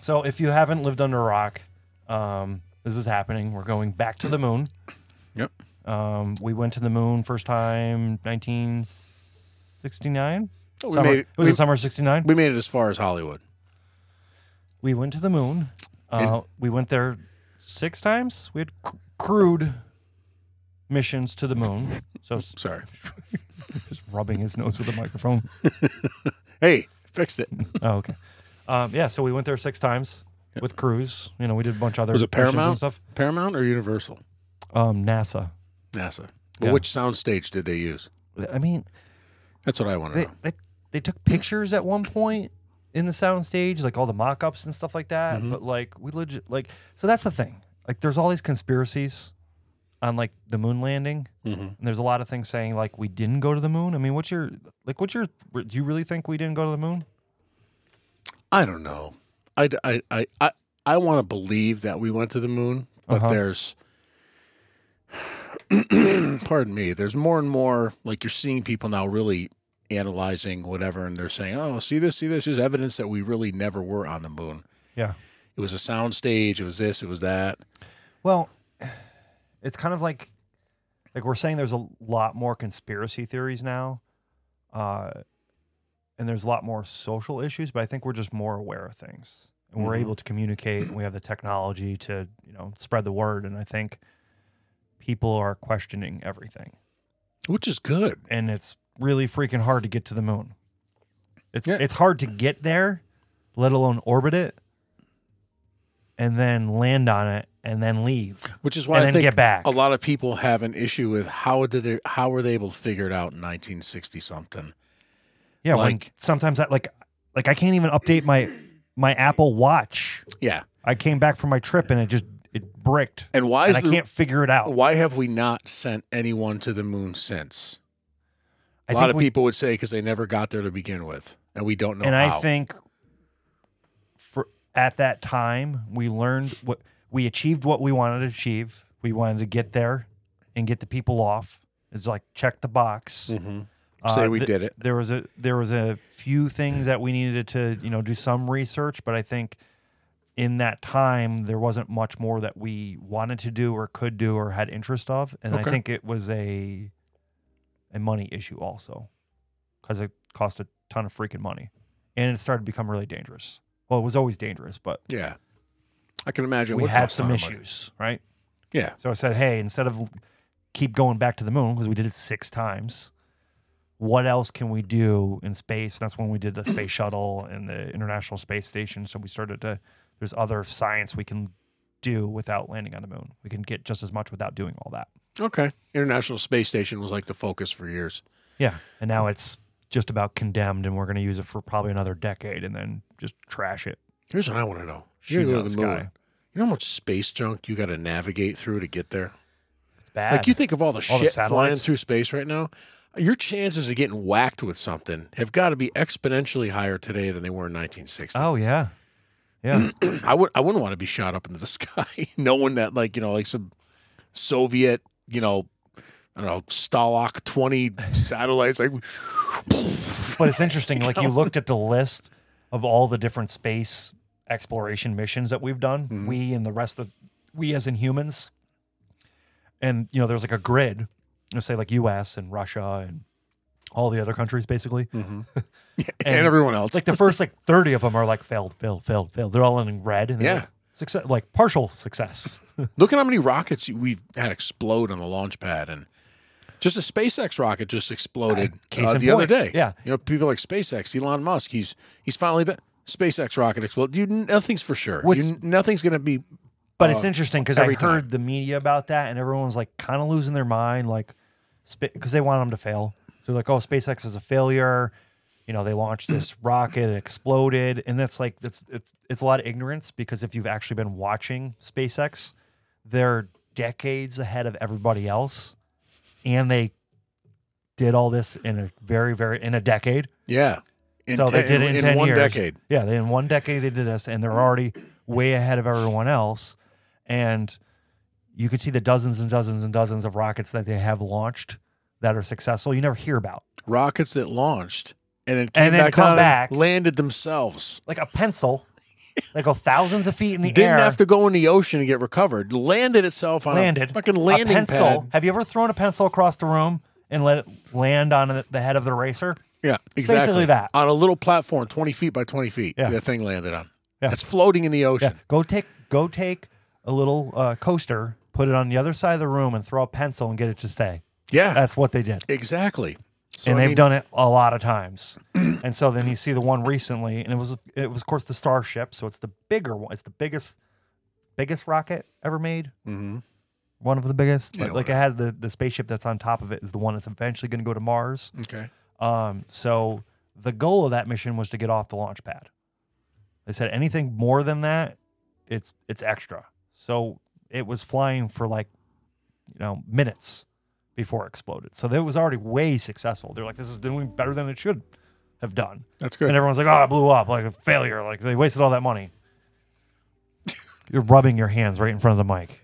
S1: So, if you haven't lived under a rock, um, this is happening. We're going back to the moon.
S2: Yep.
S1: Um, we went to the moon first time 1969.
S2: Oh, we
S1: Summer-
S2: made it-
S1: it was
S2: we-
S1: it summer 69. We,
S2: We made it as far as Hollywood.
S1: went to the moon. Uh, we went there six times. We had cr- crude missions to the moon. So, s-
S2: Sorry.
S1: just rubbing his nose with a microphone.
S2: Hey, fixed it.
S1: Oh, okay. Um, yeah, so we went there six times with crews. You know, we did a bunch of other
S2: Was it
S1: missions and
S2: Paramount?
S1: stuff.
S2: Paramount or Universal?
S1: Um, NASA.
S2: NASA. But
S1: Yeah.
S2: which soundstage did they use?
S1: I mean,
S2: That's what I want to
S1: they,
S2: know.
S1: they they took pictures at one point in the soundstage, like all the mock-ups and stuff like that. But like we legit like so that's the thing. Like there's all these conspiracies on like the moon landing, and there's a lot of things saying like we didn't go to the moon. I mean, what's your like? What's your? Do you really think we didn't go to the moon?
S2: I don't know. I, I, I, I, I want to believe that we went to the moon, but
S1: Uh-huh.
S2: there's pardon me there's more and more like you're seeing people now really analyzing whatever and they're saying oh see this see this is evidence that we really never were on the moon
S1: Yeah.
S2: it was a sound stage it was this it was that
S1: Well, it's kind of like like we're saying there's a lot more conspiracy theories now. Uh and there's a lot more social issues, but I think we're just more aware of things. And we're
S2: Mhm.
S1: able to communicate and we have the technology to, you know, spread the word and I think people are questioning everything.
S2: which is good
S1: And it's really freaking hard to get to the moon. It's
S2: Yeah.
S1: it's hard to get there, let alone orbit it and then land on it and then leave.
S2: which is why
S1: And
S2: I
S1: then
S2: think
S1: get back.
S2: a lot of people have an issue with how did they how were they able to figure it out in 1960 something
S1: Yeah,
S2: Like-
S1: like sometimes I like like I can't even update my my Apple Watch.
S2: yeah
S1: I came back from my trip and it just it bricked.
S2: and why
S1: And
S2: is
S1: I
S2: the-
S1: can't figure it out.
S2: why have we not sent anyone to the moon since?
S1: I
S2: A
S1: think
S2: lot of
S1: we-
S2: people would say because they never got there to begin with, and we don't know.
S1: and
S2: how.
S1: I think for at that time we learned what we achieved what we wanted to achieve. We wanted to get there and get the people off. It's like check the box.
S2: Mm-hmm.
S1: Uh,
S2: Say we did it.
S1: There was a there was a few things that we needed to you know do some research, but I think in that time there wasn't much more that we wanted to do or could do or had interest of, and
S2: Okay.
S1: I think it was a a money issue also because it cost a ton of freaking money, and it started to become really dangerous. Well, it was always dangerous, but
S2: yeah, I can imagine
S1: we
S2: what
S1: had
S2: cost
S1: some
S2: on money.
S1: issues, right?
S2: Yeah,
S1: So I said, hey, instead of keep going back to the moon because we did it six times, what else can we do in space? And that's when we did the space shuttle and the International Space Station. So we started to. There's other science we can do without landing on the moon. We can get just as much without doing all that.
S2: okay. International Space Station was like the focus for years.
S1: Yeah, and now it's just about condemned, and we're going to use it for probably another decade, and then just trash it.
S2: Here's what I want to know:
S1: Shoot
S2: You're
S1: out
S2: going to
S1: of
S2: the
S1: the
S2: moon.
S1: sky.
S2: You know how much space junk you got to navigate through to get there?
S1: It's bad.
S2: Like you think of all the
S1: All the
S2: shit flying
S1: satellites?
S2: through space right now. Your chances of getting whacked with something have got to be exponentially higher today than they were in 1960.
S1: Oh yeah, yeah.
S2: I would I wouldn't want to be shot up into the sky, knowing that like you know like some Soviet you know I don't know Stalag twenty satellites like
S1: But it's interesting. Like you looked at the list of all the different space exploration missions that we've done, we and the rest of we as in humans, and you know, there's like a grid. You know, say like U.S. and Russia and all the other countries, basically.
S2: and, everyone else.
S1: Like the first like 30 of them are like failed, failed, failed, failed. They're all in red. And they're,
S2: Yeah.
S1: like, success, like partial success.
S2: Look at how many rockets you- we've had explode on the launch pad and. Just a SpaceX rocket just exploded
S1: Case
S2: uh,
S1: in
S2: the other
S1: point.
S2: day.
S1: Yeah.
S2: you know people like SpaceX, Elon Musk. He's he's finally done. SpaceX rocket exploded. You nothing's for sure.
S1: What's-
S2: you, nothing's going to be.
S1: But
S2: uh,
S1: it's interesting because I
S2: every
S1: heard
S2: time.
S1: the media about that, and everyone was like kind of losing their mind, like because they want them to fail. So they're like, "Oh, SpaceX is a failure." You know, they launched this rocket, it exploded, and that's like that's it's it's a lot of ignorance because if you've actually been watching SpaceX, they're decades ahead of everybody else, and they did all this in a very very in a decade
S2: Yeah, in
S1: so they did
S2: ten-
S1: it in, 10
S2: one
S1: years.
S2: decade.
S1: Yeah, they, in one decade they did this, and they're already way ahead of everyone else. And you could see the dozens and dozens and dozens of rockets that they have launched that are successful. You never hear about,
S2: rockets that launched and then came
S1: And then
S2: back
S1: come
S2: down
S1: back.
S2: and landed themselves.
S1: like a pencil that go thousands of feet in the
S2: Didn't
S1: air.
S2: have to go in the ocean to get recovered. Landed itself on
S1: landed
S2: a fucking landing
S1: a pencil.
S2: pad.
S1: Have you ever thrown a pencil across the room and let it land on the- the head of the racer?
S2: Yeah, exactly.
S1: that.
S2: on a little platform, twenty feet by twenty feet.
S1: Yeah.
S2: The thing landed on.
S1: Yeah.
S2: That's floating in the
S1: Yeah,
S2: ocean.
S1: go take go take a little uh, coaster, put it on the other side of the room, and throw a pencil and get it to stay.
S2: Yeah,
S1: That's what they did.
S2: exactly. So,
S1: and
S2: I
S1: they've
S2: mean,
S1: done it a lot of times. and so then you see the one recently, and it was it was of course the Starship. So it's the bigger one. It's the biggest biggest rocket ever made. Mm-hmm. One of the biggest.
S2: Yeah,
S1: But, like it has the the spaceship that's on top of it is the one that's eventually going to go to Mars.
S2: Okay.
S1: Um, so the goal of that mission was to get off the launch pad. They said anything more than that, it's it's extra. So it was flying for like, you know, minutes before it exploded. So that was already way successful. They're like, this is doing better than it should have done.
S2: That's good.
S1: And everyone's like, oh, it blew up, like a failure. Like they wasted all that money. You're rubbing your hands right in front of the mic.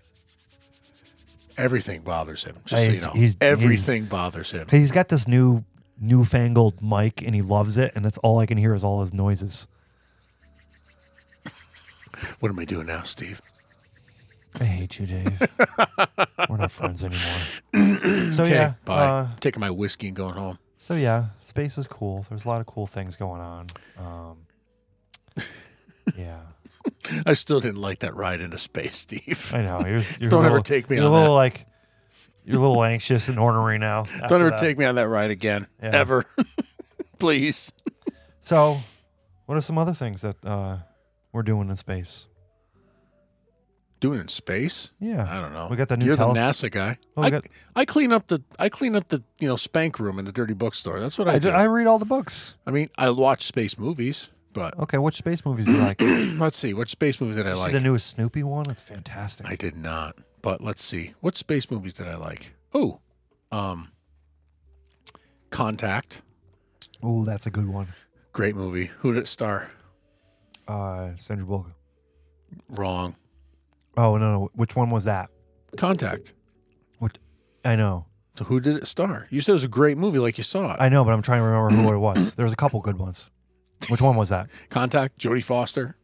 S2: Everything bothers him.
S1: Uh,
S2: Just so you
S1: he's-
S2: know,
S1: he's-
S2: everything bothers him.
S1: He's got this new newfangled mic and he loves it, and that's all I can hear is all his noises.
S2: What am I doing now, Steve?
S1: I hate you, Dave. We're not friends anymore. So yeah,
S2: bye.
S1: uh,
S2: Taking my whiskey and going home.
S1: so yeah, space is cool. There's a lot of cool things going on. Um, yeah,
S2: I still didn't like that ride into space, Steve.
S1: I know. You're, you're a
S2: Don't ever
S1: little-
S2: take me
S1: You're
S2: on
S1: a little
S2: that.
S1: like you're a little anxious and ornery now. after
S2: Don't ever
S1: that.
S2: take me on that ride again,
S1: Yeah.
S2: ever, please.
S1: So, what are some other things that uh, we're doing in space?
S2: Doing it in space?
S1: Yeah,
S2: I don't know.
S1: We got the new
S2: You're
S1: teles-
S2: the NASA guy.
S1: Oh, we
S2: I,
S1: got-
S2: I clean up the I clean up the you know spank room in the dirty bookstore. That's what I,
S1: I,
S2: do.
S1: d- I read all the books.
S2: I mean, I watch space movies, but
S1: Okay, which space movies do you like? You
S2: let's see what space movie did I
S1: Oh. See
S2: like.
S1: the newest Snoopy one? It's fantastic.
S2: I did not. But let's see. What space movies did I like? Oh, um, Contact.
S1: Ooh, that's a good one.
S2: Great movie. Who did it star?
S1: Uh, Sandra Bullock.
S2: Wrong.
S1: Oh no, no, which one was that?
S2: Contact.
S1: What? I know,
S2: So who did it star? You said it was a great movie, like you saw it.
S1: I know, but I'm trying to remember who it was. There was a couple good ones. Which one was that?
S2: Contact. Jodie Foster.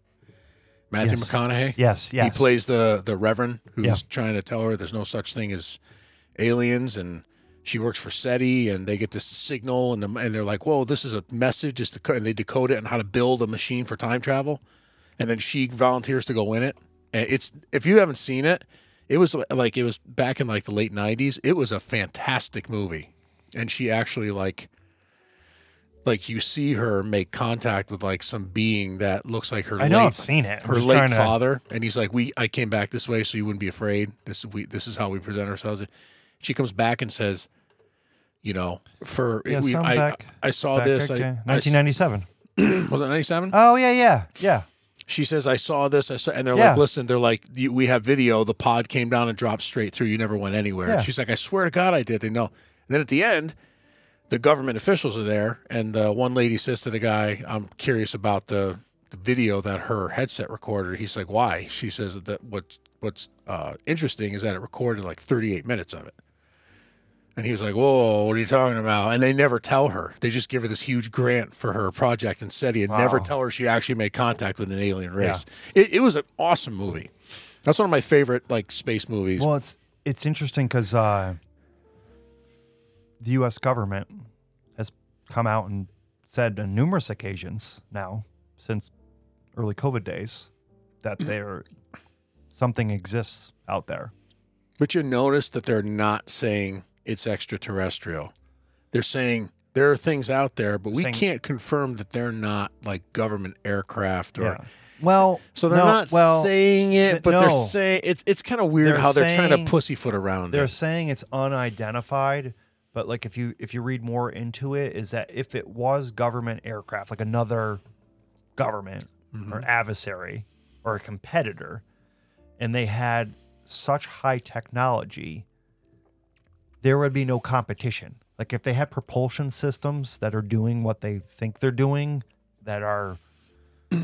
S2: Matthew
S1: Yes.
S2: McConaughey.
S1: Yes, yes.
S2: He plays the the Reverend who's
S1: Yeah.
S2: trying to tell her there's no such thing as aliens, and she works for SETI, and they get this signal, and the, and they're like, "Whoa, this is a message," is deco-, and they decode it and how to build a machine for time travel, and then she volunteers to go in it. And it's if you haven't seen it, it was li- like it was back in like the late '90s. It was a fantastic movie, and she actually like. Like you see her make contact with like some being that looks like her.
S1: I know
S2: late-
S1: I've seen it. I'm
S2: her
S1: just
S2: late
S1: trying to-
S2: father, and he's like, "We, I came back this way, so you wouldn't be afraid. This we, this is how we present ourselves." She comes back and says, "You know, for
S1: Yeah,
S2: we,
S1: some
S2: I,
S1: back-
S2: I saw
S1: back-
S2: this.
S1: okay,
S2: I,
S1: 1997.
S2: I was it ninety seven?
S1: Oh yeah, yeah, yeah.
S2: She says, "I saw this. I saw," and they're
S1: Yeah.
S2: like, "Listen, they're like, you, we have video. The pod came down and dropped straight through. You never went anywhere."
S1: Yeah.
S2: And she's like, "I swear to God, I did." They know. And then at the end, the government officials are there, and the one lady says to the guy, "I'm curious about the, the video that her headset recorded." He's like, "Why?" She says that what's what's uh, interesting is that it recorded like 38 minutes of it. And he was like, "Whoa, what are you talking about?" And they never tell her. They just give her this huge grant for her project in SETI, and never
S1: Wow.
S2: tell her she actually made contact with an alien race. It, it was an awesome movie. That's one of my favorite like space movies.
S1: Well, it's it's interesting because uh, the U.S. government has come out and said on numerous occasions now since early COVID days that there something exists out there.
S2: But you notice that they're not saying it's extraterrestrial. They're saying there are things out there, but we
S1: Saying-
S2: can't confirm that they're not like government aircraft or.
S1: Yeah. Well,
S2: So they're
S1: no,
S2: not
S1: well,
S2: saying it,
S1: th-
S2: but they're
S1: no.
S2: saying it's it's kind of weird
S1: They're
S2: how they're trying
S1: saying-
S2: to pussyfoot around
S1: they're
S2: it.
S1: saying it's unidentified but like if you if you read more into it is that if it was government aircraft like another government or adversary or a competitor and they had such high technology there would be no competition like if they had propulsion systems that are doing what they think they're doing that are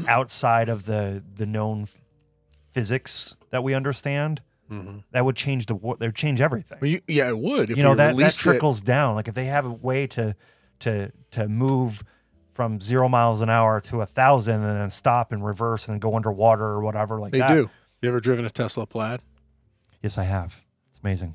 S1: outside of the the known physics that we understand that would change the world. That would change everything.
S2: Mm-hmm. Well, you- yeah, it would. If
S1: you know that that
S2: released it-
S1: trickles down. Like if they have a way to to to move from zero miles an hour to a thousand and then stop and reverse and go underwater or whatever like
S2: They
S1: that.
S2: do. You ever driven a Tesla Plaid?
S1: Yes, I have. It's amazing.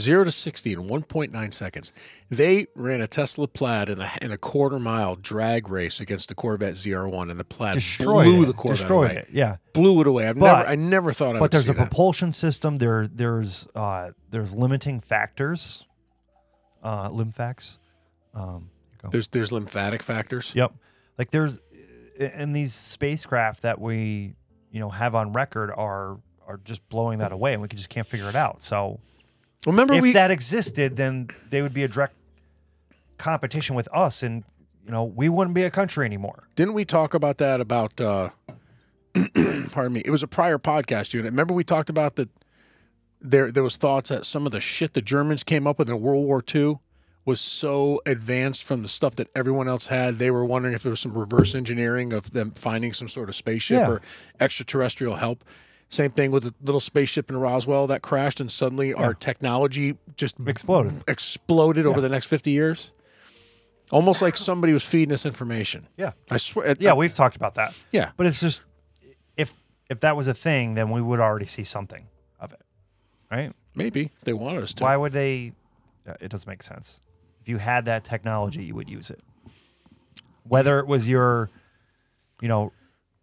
S2: Zero to sixty in one point nine seconds. They ran a Tesla Plaid in a in a quarter mile drag race against the Corvette ZR1, and the Plaid
S1: Destroyed
S2: blew
S1: it.
S2: the Corvette
S1: Destroyed
S2: away.
S1: it. Yeah.
S2: Blew it away. I've
S1: But-
S2: never I never thought I
S1: but
S2: would
S1: there's
S2: see
S1: a
S2: that.
S1: propulsion system. There, there's uh, there's limiting factors, uh, limfax. Um, here you go.
S2: There's there's lymphatic factors.
S1: Yep. Like there's and these spacecraft that we, you know, have on record are are just blowing that away and we can- just can't figure it out. So
S2: Remember
S1: if
S2: we
S1: that existed, then they would be a direct competition with us and you know, we wouldn't be a country anymore.
S2: didn't we talk about that about uh pardon me. It was a prior podcast unit. Remember we talked about that there there was thoughts that some of the shit the Germans came up with in World War II was so advanced from the stuff that everyone else had. They were wondering if there was some reverse engineering of them finding some sort of spaceship
S1: Yeah.
S2: or extraterrestrial help. Same thing with the little spaceship in Roswell that crashed, and suddenly our technology just
S1: Exploded.
S2: exploded over the next 50 years. Almost like somebody was feeding us information.
S1: Yeah.
S2: I swear. uh,
S1: Yeah, we've talked about that.
S2: Yeah.
S1: But it's just if if that was a thing, then we would already see something of it. Right?
S2: Maybe they wanted us to.
S1: Why would they uh, it doesn't make sense. If you had that technology, you would use it. Whether it was your you know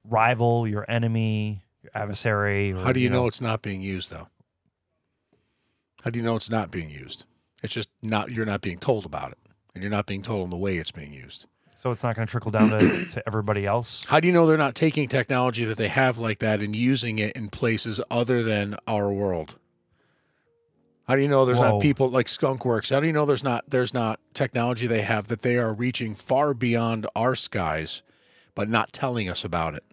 S1: rival, your enemy, your adversary, or,
S2: How do you know it's not being used though? How do you know it's not being used? It's just not you're not being told about it, and you're not being told on the way it's being used.
S1: so it's not going to trickle down to, to everybody else?
S2: How do you know they're not taking technology that they have like that and using it in places other than our world? How do you know there's
S1: Whoa.
S2: not people like Skunkworks? How do you know there's not there's not technology they have that they are reaching far beyond our skies, but not telling us about it?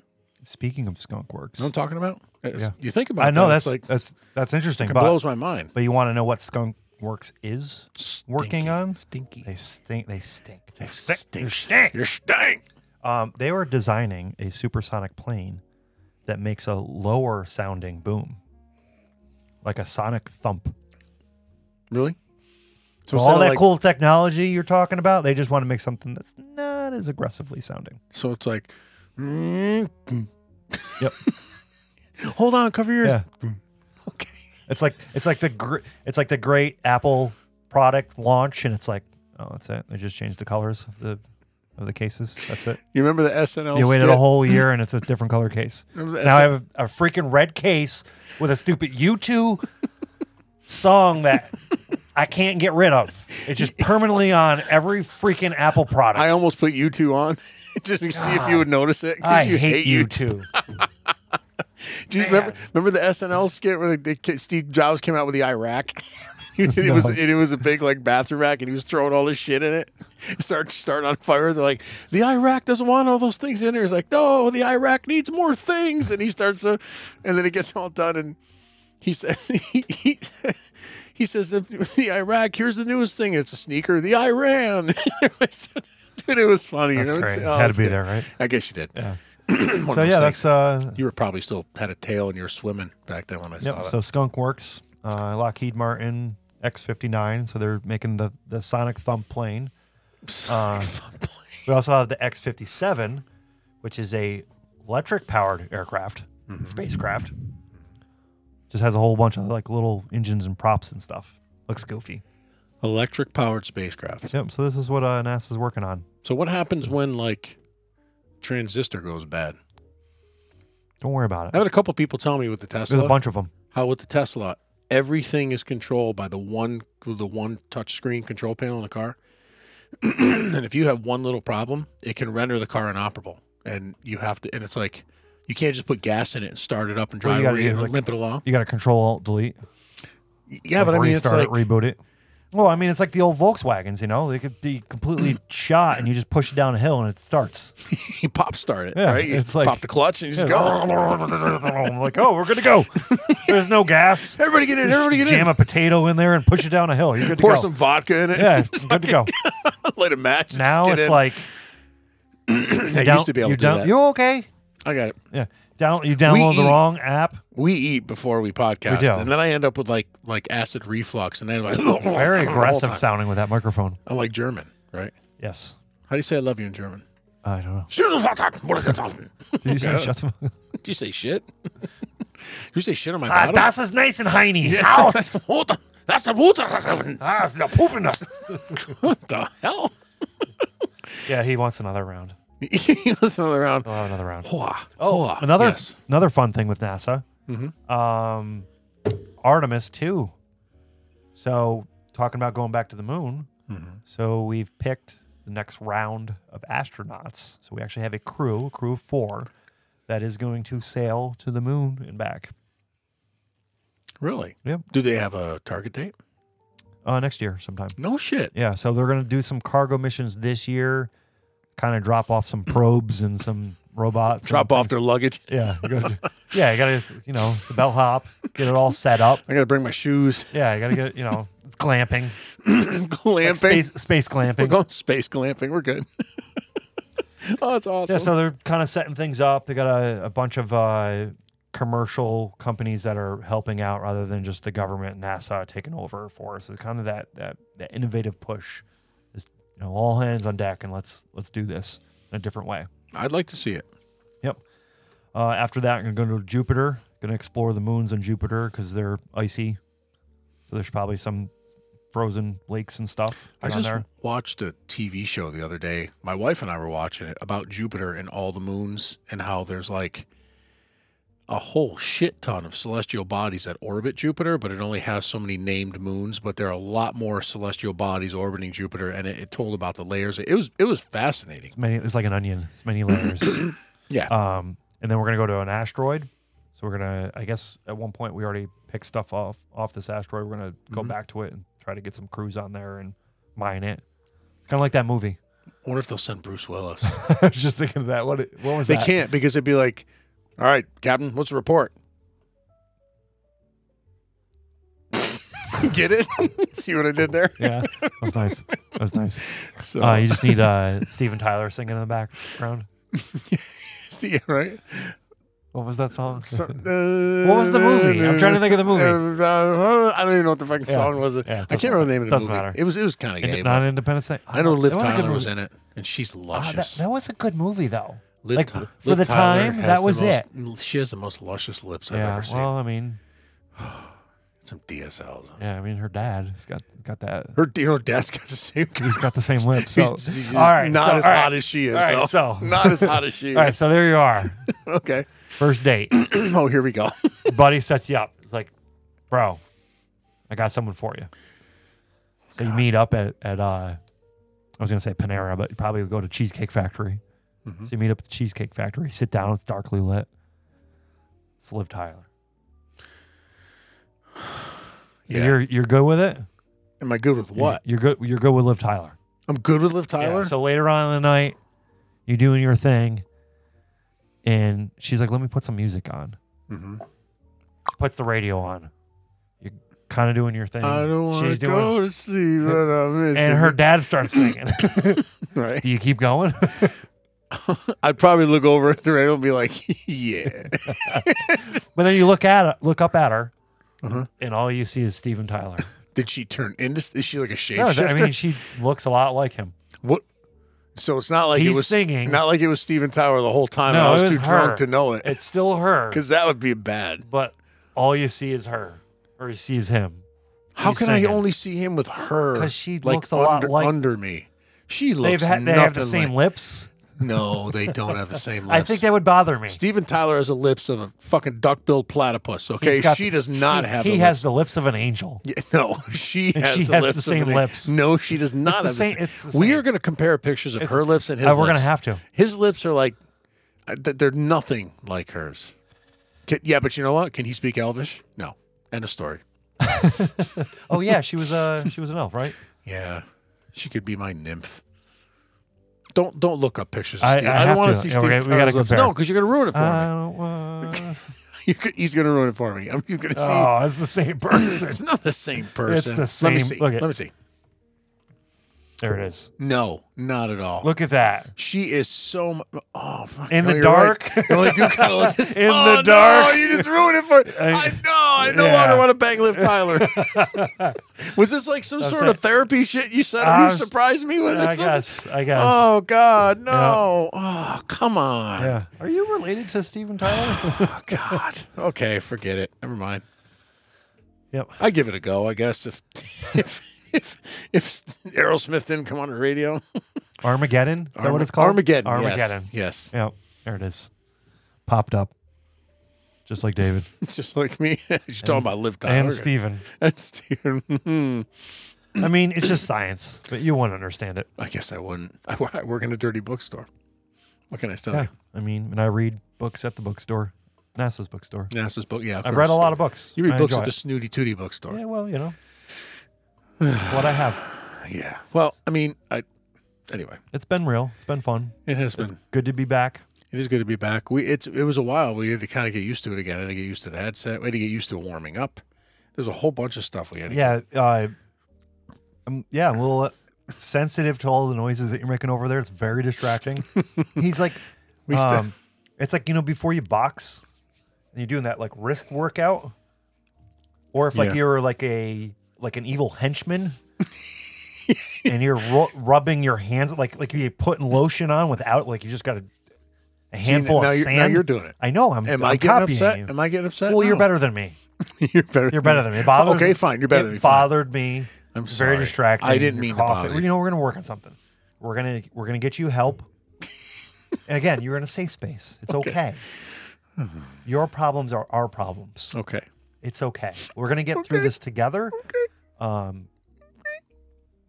S1: Speaking of skunk works,
S2: You know what I'm talking about? It's-
S1: Yeah.
S2: You think about
S1: I know
S2: that, it's
S1: that's
S2: like
S1: that's that's interesting.
S2: it
S1: But,
S2: blows my mind.
S1: but you want to know what skunk works is working
S2: Stinky.
S1: on?
S2: stinky.
S1: They stink. They stink. They
S2: stink. You stink.
S1: Um, they were designing a supersonic plane that makes a lower sounding boom, like a sonic thump.
S2: Really?
S1: So
S2: instead
S1: all
S2: of
S1: that
S2: like-
S1: cool technology you're talking about, they just want to make something that's not as aggressively sounding.
S2: So it's like, mm,
S1: Yep.
S2: hold on, cover your.
S1: yeah.
S2: Okay.
S1: It's like it's like the gr- it's like the great Apple product launch, and it's like, oh, that's it. They just changed the colors of the of the cases. That's it.
S2: You remember the SNL?
S1: You waited
S2: skit?
S1: a whole year and it's a different color case.
S2: Remember that
S1: Now I
S2: song-
S1: have a, a freaking red case with a stupid U2 song that I can't get rid of. It's just permanently on every freaking Apple product.
S2: I
S1: I,
S2: almost put you two on just to see if you would notice it. 'cause you
S1: hate
S2: you
S1: U2.
S2: Do you remember? Remember the SNL skit where the, the, Steve Jobs came out with the Iraq? it was and it was a big like bathroom rack, and he was throwing all this shit in it. Start start on fire. They're like, the Iraq doesn't want all those things in there. He's like, no, the Iraq needs more things. And he starts to, and then it gets all done, and he says he, he, he says the, the Iraq. Here's the newest thing. It's a sneaker. The Iran. Dude, it was funny.
S1: That's
S2: you know? It's-
S1: great.
S2: oh,
S1: Had to
S2: it's
S1: be
S2: good.
S1: there, right?
S2: I guess you did.
S1: Yeah.
S2: One of
S1: So
S2: those
S1: yeah,
S2: things.
S1: that's uh
S2: You were probably still had a tail and you were swimming back then when I saw
S1: yep,
S2: that.
S1: so Skunk Works, uh, Lockheed Martin X59, so they're making the the Sonic Thump plane. Uh, We also have the X57, which is a electric powered aircraft, spacecraft. Just has a whole bunch of like little engines and props and stuff. Looks goofy.
S2: Electric powered spacecraft.
S1: Yep. So this is what uh, NASA's working on.
S2: So what happens when like transistor goes bad?
S1: Don't worry about
S2: I
S1: it.
S2: had a couple people tell me with the
S1: There's
S2: Tesla
S1: a bunch of them.
S2: how with the Tesla everything is controlled by the one the one touch screen control panel in the car. and if you have one little problem, it can render the car inoperable. And you have to and it's like you can't just put gas in it and start it up and
S1: Well,
S2: drive
S1: you gotta
S2: it
S1: do,
S2: and
S1: like-
S2: limp it along.
S1: You got to Control Alt Delete.
S2: Yeah, but I mean it's
S1: restart
S2: like
S1: it, reboot it. Well, I mean, it's like the old Volkswagens. You know, they could be completely shot, and you just push it down a hill, and it starts.
S2: you pop start it,
S1: Yeah,
S2: right? You
S1: it's like-
S2: pop the clutch and you just go.
S1: I'm like, oh, we're good to go. There's no gas.
S2: Everybody get in, everybody get
S1: Just jam
S2: in.
S1: a potato in there and push it down a hill. You're good
S2: Pour
S1: to go.
S2: some vodka in it.
S1: yeah, it's good to go.
S2: light a match. and
S1: Now
S2: just get
S1: it's
S2: in.
S1: like
S2: I
S1: down-
S2: used to be able
S1: you
S2: to do
S1: down-
S2: that.
S1: You okay?
S2: I got it.
S1: Yeah, down. You download the
S2: eat.
S1: wrong app.
S2: We eat before we podcast,
S1: We do.
S2: and then I end up with like like acid reflux, and then like
S1: Very
S2: the whole
S1: aggressive
S2: time.
S1: sounding with that microphone.
S2: I'm like German, right?
S1: Yes,
S2: How do you say "I love you" in German?
S1: I don't know.
S2: Do
S1: Did you say shut the fuck up?
S2: you say shit? Do you say shit on my
S1: Ah,
S2: bottle?
S1: das ist nice and heiny.
S2: That's the water. That's the water.
S1: Ah, ist der Pupen.
S2: What the hell?
S1: Yeah, he wants another round.
S2: That's another round.
S1: We'll have another round.
S2: Oh,
S1: Another
S2: Yes. Mm-hmm.
S1: another fun thing with NASA. Um, Artemis too. So talking about going back to the moon.
S2: Mm-hmm.
S1: So we've picked the next round of astronauts. So we actually have a crew, crew of four, that is going to sail to the moon and back.
S2: Really?
S1: Yep.
S2: Do they have a target date?
S1: Uh, next year sometime.
S2: No shit.
S1: Yeah. So they're going to do some cargo missions this year. Kind of drop off some probes and some robots. and
S2: Drop off their luggage.
S1: Yeah, you gotta, do- yeah, you gotta, you know, the bellhop, get it all set up.
S2: I gotta bring my shoes.
S1: Yeah, you gotta get, you know, it's glamping,
S2: Glamping.
S1: Like space, space glamping.
S2: We're going space glamping. We're good. oh, that's awesome.
S1: yeah, so they're kind of setting things up. They got a, a bunch of uh, commercial companies that are helping out rather than just the government NASA taking over for us. It's kind of that that, that innovative push. Just you know, all hands on deck and let's let's do this in a different way.
S2: I'd like to see it.
S1: Yep. Uh, after that, I'm gonna go to Jupiter. Gonna explore the moons on Jupiter because they're icy. So there's probably some frozen lakes and stuff
S2: I
S1: on
S2: just
S1: there.
S2: watched a TV show the other day. My wife and I were watching it about Jupiter and all the moons and how there's like a whole shit ton of celestial bodies that orbit Jupiter, but it only has so many named moons. But there are a lot more celestial bodies orbiting Jupiter, and it, it told about the layers. It was it was fascinating.
S1: It's many. It's like an onion. It's many layers.
S2: Yeah,
S1: Um, and then we're gonna go to an asteroid. So we're gonna, I guess, at one point we already picked stuff off off this asteroid. We're gonna
S2: Mm-hmm.
S1: go back to it and try to get some crews on there and mine it. It's kind of like that movie.
S2: I wonder if they'll send Bruce Willis.
S1: I was just thinking of that. What what was
S2: they
S1: that?
S2: can't because it'd be like, all right, Captain, what's the report? Get it? see what I did there?
S1: Yeah, that was nice. That was nice.
S2: So
S1: Uh, you just need uh, Steven Tyler singing in the background.
S2: see, right?
S1: What was that song?
S2: So-
S1: What was the movie? I'm trying to think of the movie.
S2: Uh, I don't even know what the fucking
S1: Yeah.
S2: song was.
S1: Yeah, it
S2: I
S1: doesn't
S2: can't remember the name of the
S1: doesn't
S2: movie.
S1: matter.
S2: It was it was kind of gay.
S1: Ind-
S2: but
S1: not Independence Day.
S2: I know Liv
S1: That was a good
S2: Tyler was
S1: movie.
S2: in it, and she's
S1: Ah, that,
S2: luscious.
S1: that was a good movie though.
S2: Liv
S1: like,
S2: Ty-
S1: for
S2: Liv
S1: the
S2: Tyler
S1: time,
S2: has
S1: that
S2: the
S1: was
S2: most- She has the most luscious lips I've
S1: yeah.
S2: ever seen.
S1: Well, I mean,
S2: Some DSLs.
S1: yeah. I mean, her dad's got got that.
S2: Her, you know, dad's got the same.
S1: He's got the same lips. So
S2: She's, she's
S1: all right,
S2: not
S1: so-
S2: as
S1: all
S2: hot
S1: right.
S2: as she is.
S1: All right,
S2: though.
S1: so-
S2: not as hot as she is.
S1: All right, so there you are.
S2: okay.
S1: First date.
S2: oh, here we go.
S1: Buddy sets you up. It's like, bro, I got someone for you. So you meet up at, at uh, I was going to say Panera, but you probably would go to Cheesecake Factory.
S2: Mm-hmm.
S1: So you meet up at the Cheesecake Factory, sit down, it's darkly lit. It's Liv Tyler. So
S2: Yeah.
S1: You're you're good with it?
S2: Am I good with what?
S1: You're good you're good with Liv Tyler.
S2: I'm good with Liv
S1: Yeah,
S2: Tyler.
S1: so later on in the night, you're doing your thing, and she's like, "Let me put some music on."
S2: Mhm.
S1: Puts the radio on. You're kind of doing your thing.
S2: I don't want
S1: She's
S2: to
S1: doing,
S2: go to sleep, but I'm missing.
S1: and her dad starts singing.
S2: right.
S1: Do you keep going?
S2: I'd probably look over at the radio and be like, "Yeah."
S1: but then you look at it, look up at her,
S2: Uh-huh.
S1: and all you see is Steven Tyler.
S2: Did she turn into? Is she like a shapeshifter?
S1: No, I mean she looks a lot like him.
S2: what? So it's not like
S1: He's
S2: it was
S1: singing.
S2: Not like it was Steven Tyler the whole time. and
S1: No,
S2: I was,
S1: it was
S2: too
S1: her.
S2: drunk to know it
S1: It's still her,
S2: because that would be bad.
S1: but all you see is her, or you see is him.
S2: How
S1: He's
S2: can
S1: singing.
S2: I only see him with her?
S1: 'Cause she
S2: like,
S1: looks a lot
S2: under,
S1: like-
S2: under me. She
S1: They've
S2: looks.
S1: had, they have the
S2: nothing
S1: same
S2: like-
S1: lips.
S2: No, they don't have the same lips.
S1: I think that would bother me.
S2: Steven Tyler has the lips of a fucking duck-billed platypus. Okay,
S1: He's got
S2: she
S1: the-
S2: does not
S1: he,
S2: have.
S1: He
S2: the
S1: has
S2: lips.
S1: the lips of an angel.
S2: Yeah, no, she
S1: And
S2: has,
S1: she
S2: the,
S1: has the
S2: lips of
S1: same
S2: an-
S1: lips.
S2: No, she does not
S1: the
S2: have
S1: same-
S2: the
S1: it's
S2: same.
S1: the
S2: We
S1: same.
S2: are going to compare pictures of
S1: It's-
S2: her lips and his.
S1: Uh, we're gonna
S2: lips.
S1: have to.
S2: His lips are like uh, th- they're nothing like hers. Can- yeah, but you know what? Can he speak Elvish? No. End of story.
S1: Oh yeah, she was uh she was an elf, right?
S2: Yeah, she could be my nymph. Don't don't look up pictures. Of
S1: I-
S2: Steve.
S1: I
S2: I,
S1: have
S2: don't want
S1: to.
S2: see
S1: Yeah,
S2: Steve
S1: we're
S2: Tyler's
S1: gonna- we gotta
S2: lips.
S1: compare. Uh,
S2: No, because you're going to ruin it for
S1: I
S2: me.
S1: don't want.
S2: You could- he's going to ruin it for me. I'm going to see.
S1: Oh, it's the same person.
S2: It's not the same person.
S1: the
S2: Let
S1: same-
S2: me see.
S1: look at-
S2: Let me see.
S1: There it is.
S2: No, not at all.
S1: Look at that.
S2: She is so mu- oh fuck.
S1: In
S2: no,
S1: the
S2: you're
S1: dark.
S2: right. You only do kind of like this.
S1: In
S2: Oh,
S1: the dark.
S2: No, you just ruined it for. I know.
S1: I-
S2: I no
S1: yeah.
S2: longer want to bang Liv Tyler. was this like some sort
S1: saying-
S2: of therapy shit you said?
S1: I
S2: you
S1: was-
S2: surprised me with it.
S1: I
S2: something?
S1: guess. I guess.
S2: Oh God, no! Oh, come on!
S1: yeah. Are you related to Steven Tyler?
S2: Oh God. Okay, forget it. Never mind.
S1: yep.
S2: I give it a go. I guess if if if if Aerosmith didn't come on the radio, is
S1: Armageddon. Is that what it's called?
S2: Armageddon. yes,
S1: Armageddon.
S2: Yes.
S1: Yep. There it is. Popped up. Just like David
S2: It's just like me. She's talking about Liv Tyler
S1: and Steven.
S2: And Steven. Mhm.
S1: I mean, it's just science, but you won't understand it.
S2: I guess I wouldn't. I, wo- I work in a dirty bookstore. What can I tell
S1: Yeah. I mean, and I read books at the bookstore, NASA's bookstore.
S2: you? NASA's book. Yeah, of
S1: I've read a
S2: course.
S1: lot of books.
S2: You read
S1: I
S2: books
S1: enjoy
S2: at
S1: it.
S2: the Snooty Tooty bookstore.
S1: Yeah, well, you know, it's what I have.
S2: Yeah. Well, I mean, I. Anyway,
S1: It's been real. It's been fun.
S2: it has been.
S1: Good to be back.
S2: It is good to be back. We it's it was a while. We had to kind of get used to it again. I had to get used to the headset. We had to get used to warming up. There's a whole bunch of stuff we had. To
S1: Yeah, uh, I'm, yeah, I'm a little uh, sensitive to all the noises that you're making over there. It's very distracting. He's like,
S2: still-
S1: um, it's like you know before you box, and you're doing that like wrist workout, or if like
S2: Yeah.
S1: you're like a like an evil henchman, and you're ru- rubbing your hands like like you're putting lotion on without like you just got a, a handful
S2: now
S1: of
S2: you're-
S1: sand.
S2: now you're doing it.
S1: I know. I'm.
S2: Am
S1: I'm
S2: I getting
S1: copying
S2: upset?
S1: you.
S2: Am I getting upset?
S1: well, you're
S2: No.
S1: better than me.
S2: you're better.
S1: You're better than me. It bothers
S2: okay, fine. You're better
S1: it
S2: than me. Fine.
S1: bothered me.
S2: I'm
S1: It's
S2: sorry.
S1: Very distracting.
S2: I didn't
S1: You're
S2: mean to
S1: coughing.
S2: bother you.
S1: You know, we're gonna work on something. We're gonna we're gonna get you help. and again, you're in a safe space. It's okay.
S2: Hmm.
S1: Your problems are our problems.
S2: Okay.
S1: It's okay. We're gonna get through this together. Okay. Um.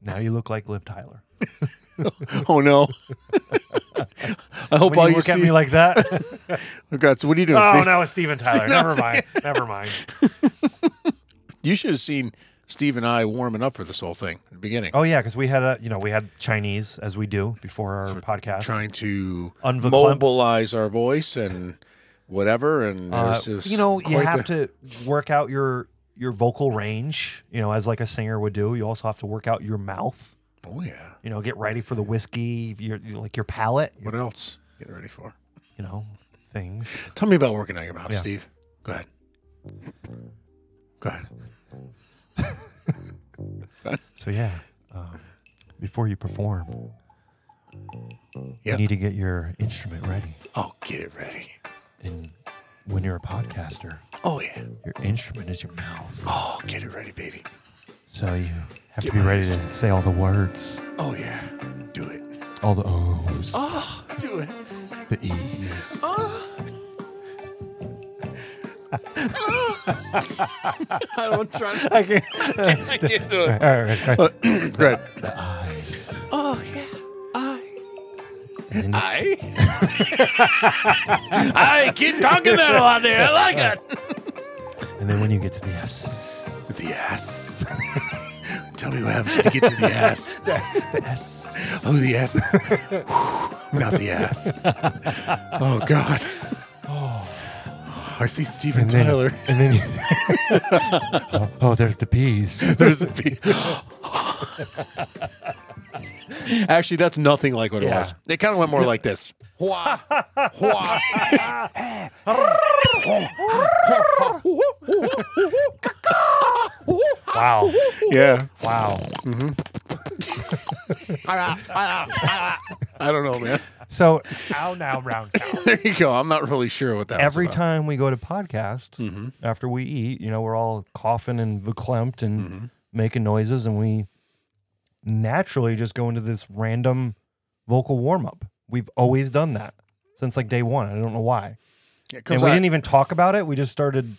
S1: Now you look like Liv Tyler.
S2: Oh no. I hope
S1: When you
S2: all Oh, you
S1: look
S2: see.
S1: at me like that,
S2: oh, God, so what are you doing?
S1: oh
S2: Steve?
S1: no, it's Steven Tyler.
S2: No,
S1: Never mind. Never mind.
S2: You should have seen Steve and I warming up for this whole thing at the beginning.
S1: Oh yeah, because we had a you know we had Chinese as we do before our podcast.
S2: Trying to
S1: Unverklempt.
S2: mobilize our voice and whatever, and
S1: Uh,
S2: it was- it was
S1: you know, you
S2: quite
S1: have
S2: the-
S1: to work out your your vocal range, you know, as like a singer would do. You also have to work out your mouth,
S2: Oh yeah.
S1: you know, get ready for the whiskey, your like your palate,
S2: What else? Get ready for.
S1: you know, things.
S2: Tell me about working out your mouth,
S1: Yeah.
S2: Steve. Go ahead. Go ahead.
S1: So yeah, um, before you perform,
S2: Yeah.
S1: you need to get your instrument ready.
S2: Oh, get it ready.
S1: And when you're a podcaster,
S2: Oh yeah.
S1: your instrument is your mouth,
S2: Oh, get it ready, baby.
S1: so you have to
S2: Get
S1: be
S2: my
S1: ready to say all the words,
S2: Oh yeah. Do it.
S1: all the O's,
S2: Oh, do it.
S1: the E's.
S2: Uh, I don't try.
S1: I can't.
S4: I can't do it.
S1: All right, all right, all right.
S2: uh, Great.
S1: The eyes.
S2: Oh yeah. I.
S1: And then
S2: I? I keep talking that a lot there. I like it.
S1: And then when you get to the S,
S2: The ass. Tell me what happens to get to the ass.
S1: the S,
S2: Oh, the ass. Not the ass. Oh, God. Oh, I see Steven
S1: and then,
S2: Tyler.
S1: and then you, oh, oh, there's the P's.
S2: There's the Actually, that's nothing like what it
S1: Yeah.
S2: was. It kind of went more like this. Hua. Hua.
S1: Wow,
S2: yeah.
S1: wow.
S2: I don't know, man.
S1: So ow now round.
S2: There you go. I'm not really sure what that
S1: Every
S2: was about.
S1: time we go to podcast
S2: Mm-hmm.
S1: after we eat, you know, we're all coughing and verklempt and
S2: Mm-hmm.
S1: making noises, and we naturally just go into this random vocal warm up. We've always done that since like day one. I don't know why.
S2: Yeah, it
S1: and
S2: comes
S1: we
S2: out-
S1: didn't even talk about it. We just started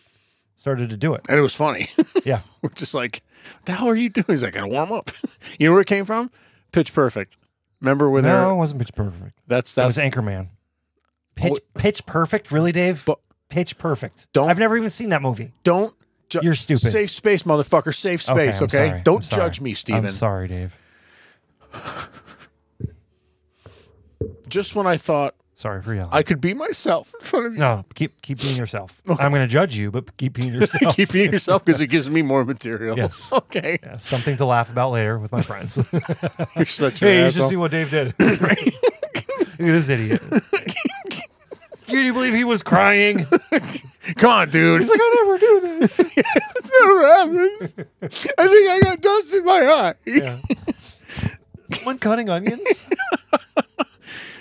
S1: started to do it.
S2: and it was funny.
S1: Yeah.
S2: We're just like, "What the hell are you doing? He's like, I gotta warm up. you know where it came from? Pitch Perfect. Remember when
S1: No, it
S2: they're
S1: wasn't pitch perfect.
S2: that's
S1: It was
S2: that's
S1: Anchorman. Pitch Pitch Perfect, really, Dave?
S2: But-
S1: pitch Perfect.
S2: Don't-
S1: I've never even seen that movie.
S2: don't ju-
S1: You're stupid.
S2: Safe space, motherfucker. Safe
S1: Okay,
S2: space.
S1: I'm
S2: Okay,
S1: sorry. I'm
S2: don't
S1: sorry.
S2: judge me, Steven.
S1: I'm sorry, Dave.
S2: Just when I thought
S1: Sorry for yelling.
S2: I could be myself in front of you,
S1: no, keep keep being yourself. I'm going to judge you, but keep being yourself.
S2: keep being yourself because it gives me more material.
S1: Yes.
S2: Okay.
S1: Yeah, something to laugh about later with my friends.
S2: You're such an
S1: hey, you should
S2: asshole.
S1: see what Dave did. Look at this idiot. Can you believe he was crying? He's like,
S2: Come on, dude.
S1: I never do this.
S2: It's never happens. I think I got dust in my eye.
S1: Yeah. Someone cutting onions?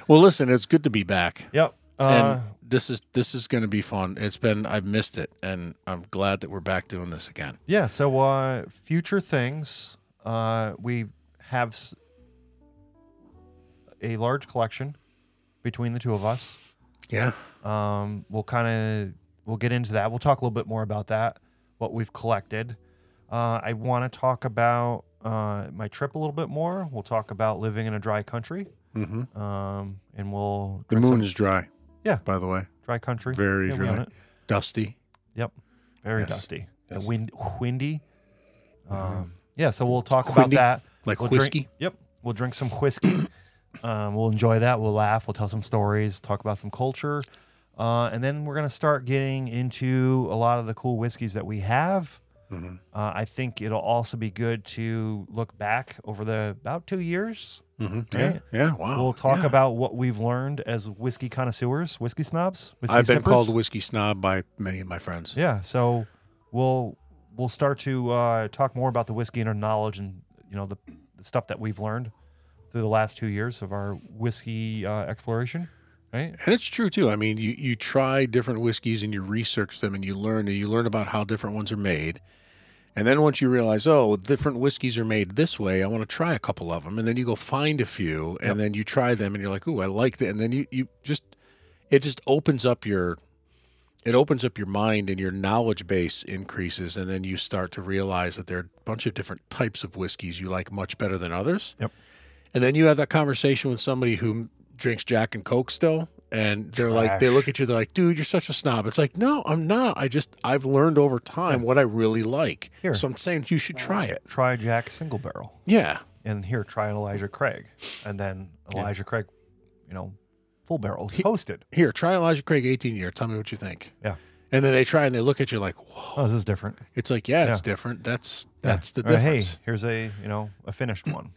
S2: Well, listen, it's good to be back.
S1: Yep. Uh,
S2: and this is this is going to be fun. It's been I've missed it, and I'm glad that we're back doing this again.
S1: yeah. So uh, future things, uh, we have s- a large collection between the two of us.
S2: Yeah,
S1: Um, we'll kind of we'll get into that. We'll talk a little bit more about that, what we've collected. Uh, I want to talk about uh, my trip a little bit more. We'll talk about living in a dry country,
S2: Mhm.
S1: um, and we'll
S2: the
S1: drink
S2: moon
S1: some
S2: is dry.
S1: Yeah.
S2: by the way,
S1: dry country.
S2: very
S1: Yeah, we own
S2: dry,
S1: it.
S2: dusty.
S1: Yep, very
S2: Yes.
S1: dusty. and
S2: Yes.
S1: Wind, windy. Um, yeah, so we'll talk
S2: Windy?
S1: about that.
S2: Like
S1: we'll
S2: whiskey?
S1: Drink, yep. We'll drink some whiskey. um, we'll enjoy that. We'll laugh. We'll tell some stories, talk about some culture. Uh, and then we're going to start getting into a lot of the cool whiskeys that we have.
S2: Mm-hmm.
S1: Uh, I think it'll also be good to look back over the about two years
S2: Mm-hmm.
S1: Right.
S2: Yeah. Yeah. Wow.
S1: We'll talk
S2: Yeah.
S1: about what we've learned as whiskey connoisseurs, whiskey snobs. Whiskey
S2: I've been
S1: sippers.
S2: called whiskey snob by many of my friends.
S1: Yeah, so we'll we'll start to uh, talk more about the whiskey and our knowledge and you know the, the stuff that we've learned through the last two years of our whiskey uh, exploration, right?
S2: And it's true too. I mean, you, you try different whiskeys and you research them and you learn and you learn about how different ones are made. And then once you realize, oh, different whiskeys are made this way, I want to try a couple of them. And then you go find a few and then you try them and you're like, ooh, I like that. And then you, you just, it just opens up your, it opens up your mind and your knowledge base increases. And then you start to realize that there are a bunch of different types of whiskeys you like much better than others.
S1: Yep.
S2: And then you have that conversation with somebody who drinks Jack and Coke still. And they're like, they look at you, they're like, dude, you're such a snob. It's like, no, I'm not. I just, I've learned over time what I really like.
S1: Here.
S2: So I'm saying you should try it.
S1: Try Jack Single Barrel,
S2: Yeah.
S1: and here try an Elijah Craig, and then Elijah Craig, you know, full barrel toasted.
S2: Here, try Elijah Craig 18 year. Tell me what you think.
S1: Yeah.
S2: And then they try and they look at you like, whoa.
S1: Oh, this is different.
S2: It's like, yeah, it's
S1: Yeah.
S2: different. That's, that's the
S1: Or, hey,
S2: difference.
S1: here's a you know a finished one.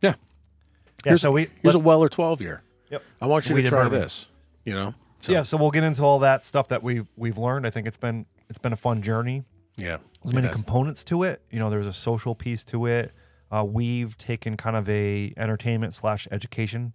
S2: Yeah.
S1: Yeah. so we
S2: Here's a
S1: let's-
S2: Weller 12 year.
S1: Yep.
S2: I want you
S1: We
S2: to
S1: did
S2: try
S1: bourbon.
S2: this, you know? So,
S1: yeah. So we'll get into all that stuff that we have we've learned. I think it's been it's been a fun journey.
S2: Yeah.
S1: there's many
S2: It does.
S1: components to it. You know, there's a social piece to it. Uh, we've taken kind of a entertainment slash education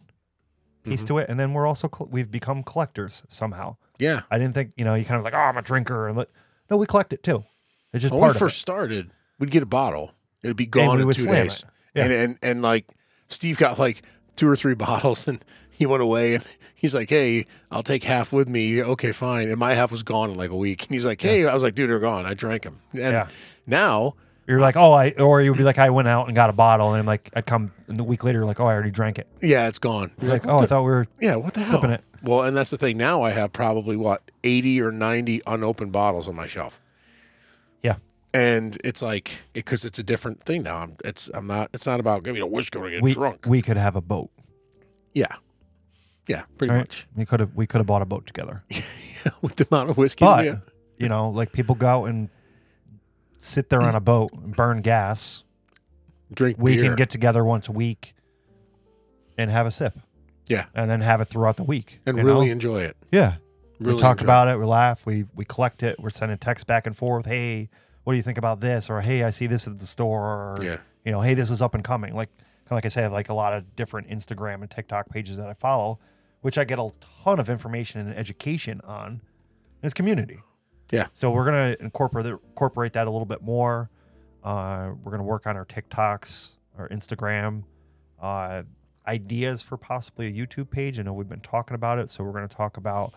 S1: piece
S2: Mm-hmm.
S1: to it, and then we're also col- we've become collectors somehow.
S2: yeah.
S1: I didn't think you know you kind of like oh I'm a drinker and like no we collect it too. It's just
S2: When
S1: part
S2: we
S1: of
S2: first
S1: it.
S2: started, we'd get a bottle. It'd be gone
S1: we
S2: in
S1: would
S2: two
S1: slam
S2: days.
S1: it. Yeah.
S2: And, and and like Steve got like two or three bottles and he went away and he's like, Hey, I'll take half with me. Okay, fine. And my half was gone in like a week. And he's like, Hey, I was like, dude, they're gone. I drank them. And
S1: Yeah.
S2: now
S1: You're like oh I or you'd be like I went out and got a bottle and like I'd come and a week later like oh I already drank it.
S2: yeah, it's gone. You're
S1: Like
S2: what
S1: oh I
S2: the-
S1: thought we were
S2: yeah, what the hell?
S1: sipping it.
S2: Well, and that's the thing. Now I have probably what, eighty or ninety unopened bottles on my shelf.
S1: yeah
S2: And it's like because it's a different thing now. I'm it's I'm not it's not about give me a whiskey to get
S1: we
S2: drunk.
S1: we could have a boat.
S2: Yeah. Yeah, pretty
S1: Right?
S2: much.
S1: We could have we could have bought a boat together.
S2: With the amount of whiskey.
S1: But
S2: we have.
S1: you know, like people go out and sit there on a boat and burn gas.
S2: drink
S1: We
S2: beer.
S1: can get together once a week and have a sip,
S2: yeah,
S1: and then have it throughout the week.
S2: and
S1: you
S2: really
S1: know?
S2: enjoy it.
S1: yeah.
S2: really
S1: we talk
S2: enjoy
S1: about it. We laugh. We we collect it. We're sending texts back and forth. Hey, what do you think about this? Or hey, I see this at the store. Or,
S2: Yeah.
S1: You know, hey, this is up and coming. Like kinda like I said, like a lot of different Instagram and TikTok pages that I follow, which I get a ton of information and education on. And it's community.
S2: Yeah,
S1: So we're gonna incorporate incorporate that a little bit more. Uh, we're gonna work on our TikToks, our Instagram, uh, ideas for possibly a YouTube page. I know we've been talking about it, so we're gonna talk about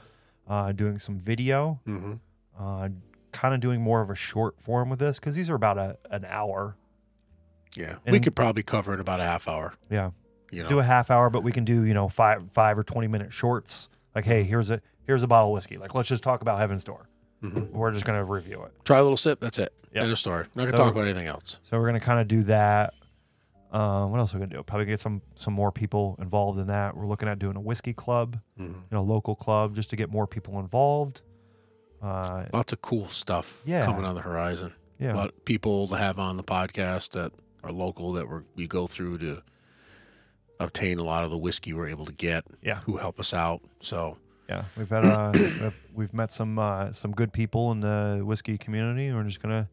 S1: uh, doing some video,
S2: Mm-hmm.
S1: uh, kind of doing more of a short form with this because these are about a, an hour.
S2: yeah. we
S1: And-
S2: could probably cover in about a half hour.
S1: Yeah,
S2: You
S1: do
S2: know,
S1: a half hour, but we can do you know five five or twenty minute shorts. Like, hey, here's a here's a bottle of whiskey. Like, let's just talk about Heaven's Door. We're just gonna review it.
S2: try a little sip. That's it.
S1: Yeah.
S2: End of story. Not gonna
S1: So-
S2: talk about anything else.
S1: So we're gonna kind of do that. Uh, what else are we gonna do? Probably get some some more people involved in that. We're looking at doing a whiskey club, you know, local club, just to get more people involved. Uh,
S2: Lots of cool stuff
S1: Yeah.
S2: coming on the horizon.
S1: Yeah.
S2: a lot of people to have on the podcast that are local that we're, we go through to obtain a lot of the whiskey we're able to get.
S1: Yeah.
S2: who help us out. So
S1: yeah, we've had uh, we've- we've met some uh, some good people in the whiskey community. And we're just gonna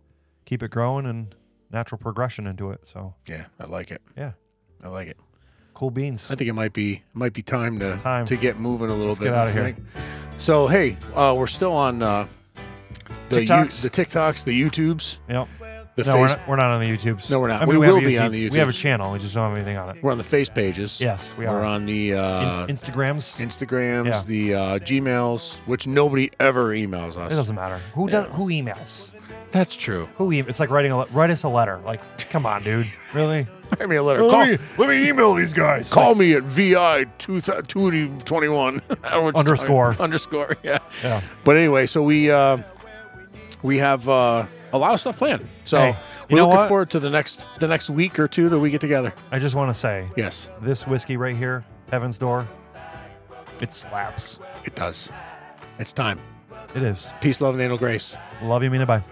S1: keep it growing and natural progression into it. So
S2: yeah, I like it.
S1: yeah,
S2: I like it.
S1: cool beans.
S2: I think it might be it might be time to
S1: Time.
S2: to get moving a little
S1: Let's
S2: bit.
S1: get outta
S2: I
S1: here.
S2: think. So hey, uh, we're still on uh, the you-
S1: TikToks.
S2: the TikToks, the YouTubes,
S1: Yep.
S2: the
S1: No, we're
S2: face.
S1: not, we're not on the YouTubes.
S2: No, we're not.
S1: I mean,
S2: We
S1: have
S2: will
S1: a
S2: be on the
S1: We have a
S2: YouTubes.
S1: channel. We just don't have anything on it.
S2: We're on the face pages.
S1: Yes, we
S2: We're
S1: are.
S2: on the uh,
S1: Inst- Instagrams.
S2: Instagrams,
S1: Yeah.
S2: the uh, Gmails, which nobody ever emails
S1: it
S2: us.
S1: doesn't matter. Who does? Who emails?
S2: That's true.
S1: Who e- it's like writing a le- write us a letter. Like, come on, dude. Really?
S2: Write me a letter. Call,
S1: email these guys.
S2: call me at vi two twenty twenty one
S1: Underscore.
S2: underscore. Yeah.
S1: Yeah.
S2: But anyway, so we uh, we have uh, a lot of stuff planned. So
S1: Hey, you
S2: we're
S1: know
S2: looking
S1: what?
S2: forward to the next the next week or two that we get together.
S1: I just want to say
S2: Yes,
S1: this whiskey right here, Heaven's Door. It slaps.
S2: it does. It's time.
S1: It is.
S2: Peace, love, and anal grace.
S1: Love you, mean it. Bye.